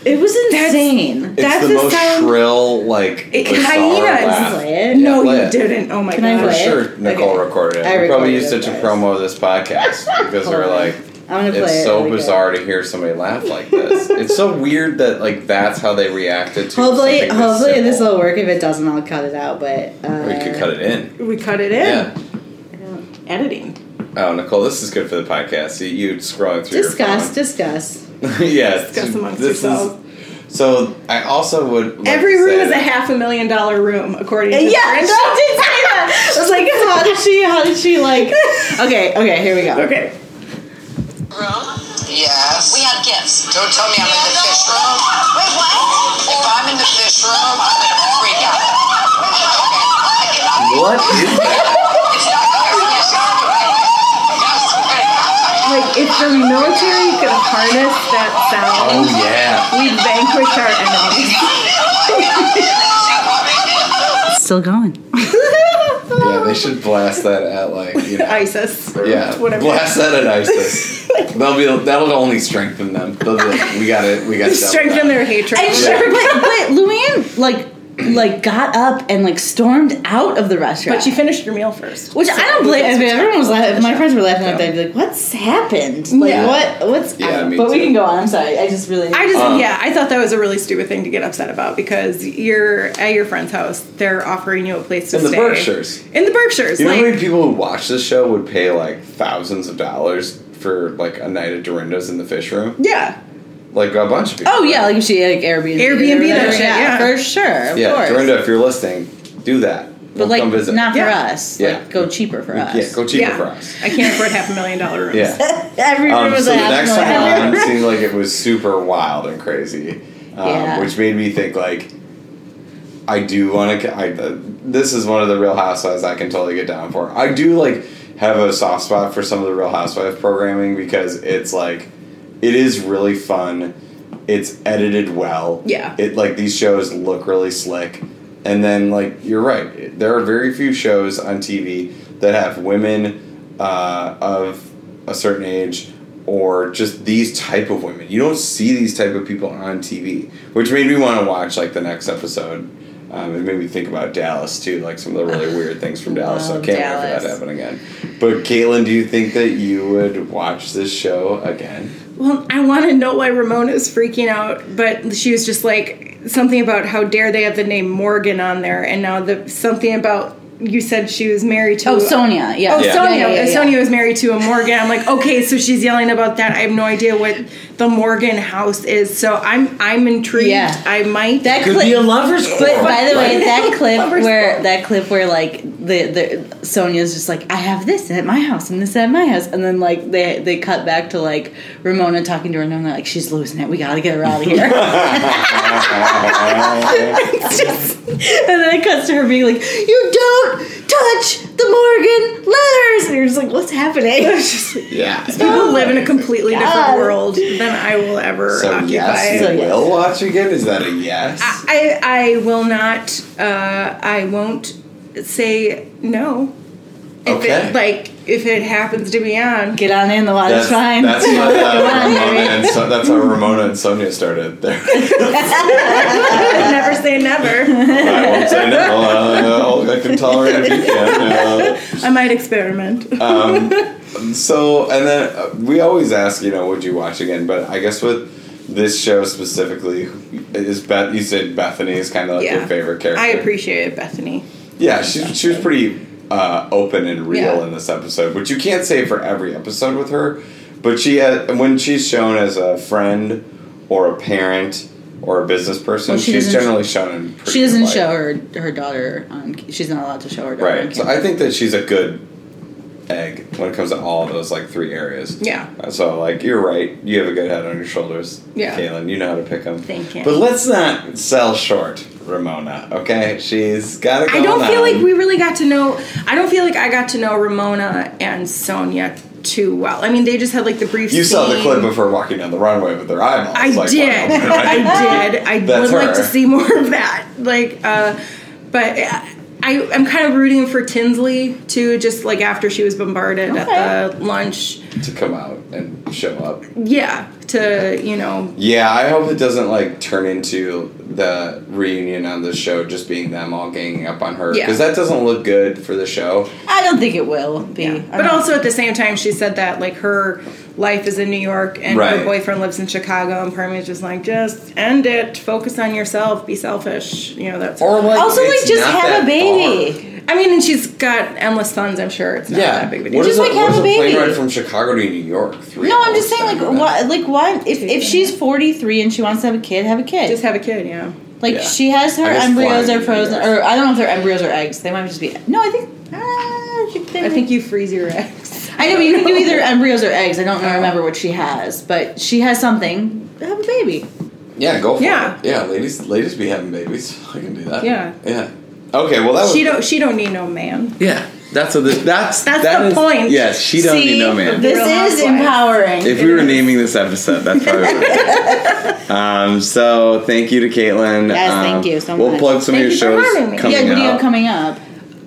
D: It was
C: That's-
D: insane.
E: It's
C: That's
E: the
C: the
E: most
C: sound-
E: shrill, like
C: It-
E: bizarre
C: hyenas.
E: laugh.
D: Play it?
E: Yeah,
C: no,
E: play
C: you
E: it.
C: didn't. Oh my
D: Can I
C: god.
E: For
D: play it?
E: sure, Nicole
D: Okay.
E: recorded it.
D: I
E: we probably
D: recorded
E: used
D: it,
E: it to
D: guys.
E: promo this podcast because we
D: Hold
E: were
D: on.
E: like,
D: I'm gonna play
E: it's
D: it
E: so
D: really good.
E: bizarre to hear somebody laugh like this. it's so weird that like that's how they reacted to.
D: Hopefully,
E: something
D: hopefully
E: this
D: this will
E: simple.
D: work. If it doesn't, I'll cut it out. But uh,
E: We could cut it in.
C: We cut it in.
E: Yeah.
C: Editing.
E: Oh, Nicole, this is good for the podcast. You, you scrolling through
D: Discuss,
E: your
D: discuss.
E: phone. yeah,
C: Discuss amongst
E: this is.
C: yourselves.
E: So I also would. Like
C: Every
E: to
C: room
E: say
C: is a
E: that-
C: half a million dollar room, according to
D: Yeah, she did say that. I was like, how did she? How did she like? Okay, okay, here we go.
C: Okay.
F: Yes.
G: We have gifts.
F: Don't tell me I'm in the fish room.
G: Wait, what?
F: If I'm in the fish room, I'm gonna freak out. I cannot
E: What is that?
C: Like, if the military could harness that sound,
E: Oh yeah.
C: we'd vanquish our enemies.
D: Still going.
E: Yeah, they should blast that at like you know.
C: ISIS. or
E: Yeah,
C: Whatever.
E: blast that at ISIS. They'll be that'll only strengthen them. They'll be like, we got it. We got
C: Strengthen their hatred.
D: And sure, but but Luann like like got up and like stormed out of the restaurant.
C: But you finished your meal first.
D: Which I don't blame. If everyone was laughing, if my friends were laughing at that, I'd be like, "What's happened? Like,
C: Yeah.
D: what? What's?"
E: Yeah,
D: I don't-
E: me
D: but we
E: too.
D: can go on. I'm sorry. I just really.
C: I
E: Uh-huh.
C: just, yeah, I thought that was a really stupid thing to get upset about because you're at your friend's house. They're offering you a place to
E: In the
C: stay.
E: Berkshires.
C: In the Berkshires.
E: You know how many
C: like,
E: people who watch this show would pay like thousands of dollars for like a night at Dorinda's in the fish room?
C: yeah.
E: Like a bunch of people.
D: oh yeah, like if she like Airbnb,
C: Airbnb that shit, yeah.
D: for sure. Of
E: yeah,
D: course.
E: Dorinda, if you're listening, do that.
D: But
E: We'll
D: like,
E: come visit.
D: not for
C: Yeah.
D: us.
E: Yeah.
D: Like, go cheaper for us.
E: yeah, go cheaper
C: Yeah.
E: for us.
C: I can't afford half a million dollar rooms.
E: Yeah.
D: Every room
E: Um,
D: was
E: so
D: a
E: the
D: half
E: next
D: million.
E: one seemed like it was super wild and crazy, um,
D: Yeah.
E: which made me think like, I do want to. I uh, this is one of the Real Housewives I can totally get down for. I do like have a soft spot for some of the Real Housewife programming because it's like, it is really fun. It's edited well.
C: Yeah.
E: It like these shows look really slick, and then like you're right. There are very few shows on TV that have women uh, of a certain age or just these type of women. You don't see these type of people on TV, which made me want to watch like the next episode. Um, it made me think about Dallas too, like some of the really weird things from Dallas. So I
D: Love
E: can't wait for that to
D: Dallas.
E: happen again. But Caitlin, do you think that you would watch this show again?
C: Well, I want to know why Ramona's freaking out, but she was just like something about how dare they have the name Morgan on there, and now the something about you said she was married to
D: Oh, Sonia. Yeah.
C: Oh,
D: yeah.
C: Sonia.
D: Yeah, yeah, yeah.
C: Sonia was married to a Morgan. I'm like, okay, so she's yelling about that. I have no idea what the Morgan house is. So I'm I'm intrigued.
D: Yeah.
C: I might.
D: That
E: Could
D: clip,
E: be a lover's
D: But
E: quarrel.
D: by the way, that clip
C: Lover's
D: where
C: quarrel.
D: that clip where like the the Sonya's just like I have this at my house and this at my house, and then like they they cut back to like Ramona talking to her and they're like she's losing it. We gotta get her out of here. It's just- and then it cuts to her being like, "You don't touch the Morgan letters," and you're just like, "What's happening?"
E: yeah.
C: People live in a completely
D: God.
C: different world than I will ever
E: So
C: occupy.
E: yes,
D: So
E: you
D: yes.
E: will watch again. Is that a yes?
C: I I will not. Uh, I won't say no. If
E: Okay.
C: It, like if it happens to be on.
D: Get on in, the water's
E: that's,
D: fine.
E: That's what, uh,
D: on,
E: Ramona
D: baby.
E: and so, that's how Ramona and Sonia started there.
C: never say never.
E: I won't say no. Uh, I can tolerate if you can. Uh,
C: I might experiment.
E: So, and then uh, we always ask, you know, would you watch again? But I guess with this show specifically, is Beth? You said Bethany is kind of like your favorite character.
C: I appreciate it, Bethany.
E: Yeah, she she was pretty uh, open and real
C: Yeah.
E: in this episode, which you can't say for every episode with her. But she, had, when she's shown as a friend or a parent or a business person,
D: Well, she
E: she's
D: doesn't-
E: generally shown in. Pretty
D: she doesn't
E: good light.
D: show her her daughter on. She's not allowed to show her daughter. On
E: Right. So
D: camera.
E: I think that she's a good egg when it comes to all those like three areas.
C: Yeah.
E: Uh, So like you're right. You have a good head on your shoulders.
C: Yeah.
E: Kaylin, you know how to pick them.
C: Thank you.
E: But let's not sell short Ramona. Okay, she's got to.
C: I don't feel like we really got to know. I don't feel like I got to know Ramona and Sonia too well. I mean, they just had like the brief.
E: You saw the
C: scene.
E: clip of her walking down the runway with her eyeballs.
C: I
E: like, "Oh,
C: did.
E: wide open, right?
C: I did. I
E: That's
C: would like
E: her.
C: to see more of that. Like, uh, but I, I'm kind of rooting for Tinsley too. Just like after she was bombarded at the lunch,
E: to come out and show up.
C: yeah. To you know,
E: Yeah, I hope it doesn't like turn into the reunion on the show just being them all ganging up on her
C: Yeah.
E: because that doesn't look good for the show.
D: I don't think it will be. I
C: but
D: don't-
C: also at the same time, she said that like her life is in New York and
E: Right.
C: her boyfriend lives in Chicago, and Parmi's just like, just end it. Focus on yourself. Be selfish. You know that's.
E: Or like
D: also like
E: it's
D: just
E: not
D: have
E: that
D: a baby.
E: far.
C: I mean, and she's got endless sons. I'm sure it's not
E: Yeah,
C: that big of a
E: What
C: deal.
E: is
D: Just, like, have
E: what is
D: a baby.
E: plane ride from Chicago to New York. Three
D: No, I'm
E: hours,
D: just saying,
E: I
D: like,
E: don't know.
D: why, like, why, if, if she's 43 and she wants to have a kid, have a kid.
C: Just have a kid, yeah.
D: like,
E: yeah.
D: she has her
E: I guess
D: embryos
E: flying
D: are frozen,
E: embryos.
D: or I don't know if they're embryos or eggs. They might just be. No, I think. Uh, I think,
C: I think you freeze your eggs.
D: I know, but you can do either embryos or eggs. I don't remember what she has, but she has something. Have a baby.
E: Yeah, go for
C: Yeah.
E: it. Yeah, ladies, ladies be having babies. I can do that.
C: Yeah.
E: yeah. Okay, well that
B: Oh.
E: was
C: She don't. She don't need no man.
B: Yeah, that's what this, that's
C: That's
B: that
C: the
B: is-
C: point.
B: Yes, she don't
D: See,
B: need no man.
D: This
C: Real
D: is
C: Housewives.
D: empowering.
B: if we were naming this episode, that's probably. What it is. um. So thank you to Caitlin.
D: Yes, thank
B: Um,
D: you so
B: We'll
D: much.
B: plug some
C: Thank
B: of
C: you for
B: your
C: having me.
B: shows
C: Yeah,
B: coming
D: yeah, what do you
B: up.
D: have coming up?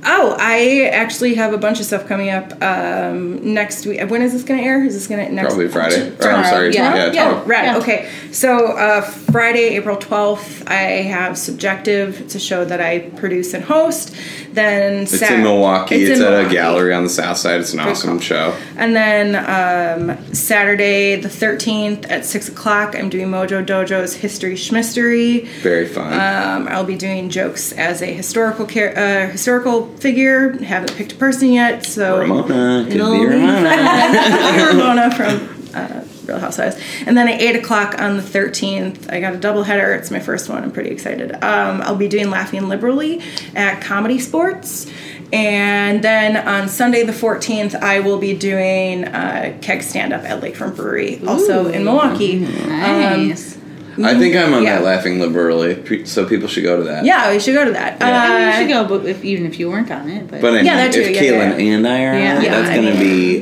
C: Oh, I actually have a bunch of stuff coming up um, next week. When is this going to air? Is this going to next?
B: Probably Friday. Or, I'm
D: Tomorrow,
B: sorry.
D: yeah.
B: Yeah.
C: Yeah,
B: tomorrow.
C: right.
D: Yeah.
C: Okay. So uh, Friday, April 12th, I have Subjective. It's a show that I produce and host. Then
B: It's in Milwaukee. It's, at a gallery on the south side. It's an awesome
C: call.
B: show.
C: And then um, Saturday, the 13th at 6 o'clock, I'm doing Mojo Dojo's History Schmistery.
B: Very fun.
D: Uh,
C: Um, I'll be doing jokes as a historical char- uh, historical figure. Haven't picked a person yet, so
B: Ramona. Could
D: It'll
B: be
D: be
B: Ramona.
C: Ramona from uh, Real Housewives. And then at eight o'clock on the thirteenth, I got a doubleheader. It's my first one. I'm pretty excited. Um, I'll be doing Laughing Liberally at Comedy Sports, and then on Sunday the fourteenth, I will be doing uh, keg stand up at Lakefront Brewery, also in Milwaukee. Um,
D: Nice.
B: I think I'm on
C: Yeah.
B: that laughing liberally, pe- so people should go to that.
C: yeah, we should go to that.
D: I mean,
C: Uh,
D: Um, you should go, but if, even if you weren't on it. But,
B: But I mean,
C: Yeah, that too,
B: if
C: yeah,
B: Caitlin
C: yeah.
B: and I are
D: Yeah.
B: on,
D: Yeah,
B: that's
C: I
B: gonna
C: mean,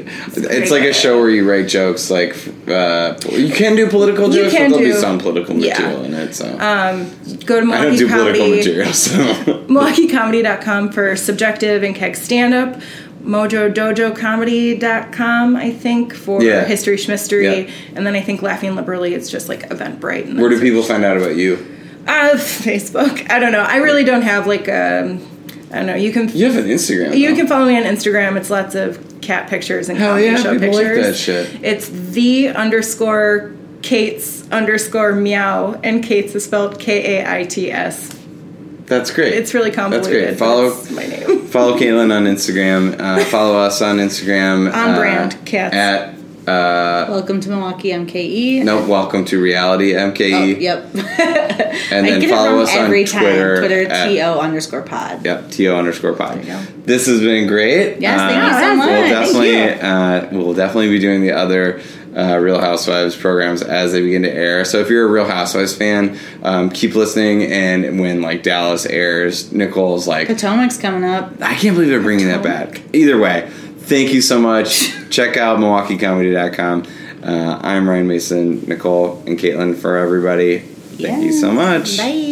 B: be. It's like a show where you write jokes. Like uh, you can do political
C: You
B: jokes, but
C: can
B: there'll be
C: do-
B: some political
C: yeah. Uh,
B: material in it. So
C: go to
B: I don't
C: Milwaukee
B: do
C: Comedy.
B: political material. So
C: MilwaukeeComedy.com for subjective and keg stand up. MojoDojoComedy.com, I think, for
B: Yeah.
C: history schmistery.
B: Yeah.
C: And then I think Laughing Liberally, it's just like Eventbrite. And
B: where do
C: that's it.
B: people find out about you?
C: Uh, Facebook. I don't know. I really don't have like um, I don't know. You can
B: You have an Instagram.
C: you
B: though.
C: can follow me on Instagram. It's lots of cat pictures and
B: Hell
C: comedy
B: yeah,
C: show
B: people like
C: pictures.
B: that shit.
C: It's the underscore Kate's underscore meow, and Kate's is spelled K A I T S.
B: That's great.
C: It's really
B: That's
C: convoluted.
B: great.
C: but
B: Follow
C: it's my name.
B: follow Caitlin on Instagram. Uh, follow us on Instagram.
C: On
B: uh,
C: brand, cats.
B: at Uh,
D: Welcome to Milwaukee, E. MKE.
B: no, welcome to reality E, MKE.
D: Oh, yep.
B: And
D: I
B: then
D: get it
B: follow
D: wrong
B: us on
D: every time.
B: Twitter
D: Twitter
B: at-
D: to underscore pod.
B: Yep, to underscore pod.
D: There you go.
B: This has been great.
D: Yes, thank you
B: Uh,
D: so much.
B: We'll definitely,
D: Thank
B: Uh, we'll definitely be doing the other uh, Real Housewives programs as they begin to air. So if you're a Real Housewives fan, um, keep listening. And when like Dallas airs, Nicole's like,
D: Potomac's coming up.
B: I can't believe they're bringing that back. Either way, thank you so much. Check out MilwaukeeComedy.com. Uh, I'm Ryan Mason, Nicole, and Caitlin for everybody. Thank you so much.
D: Bye.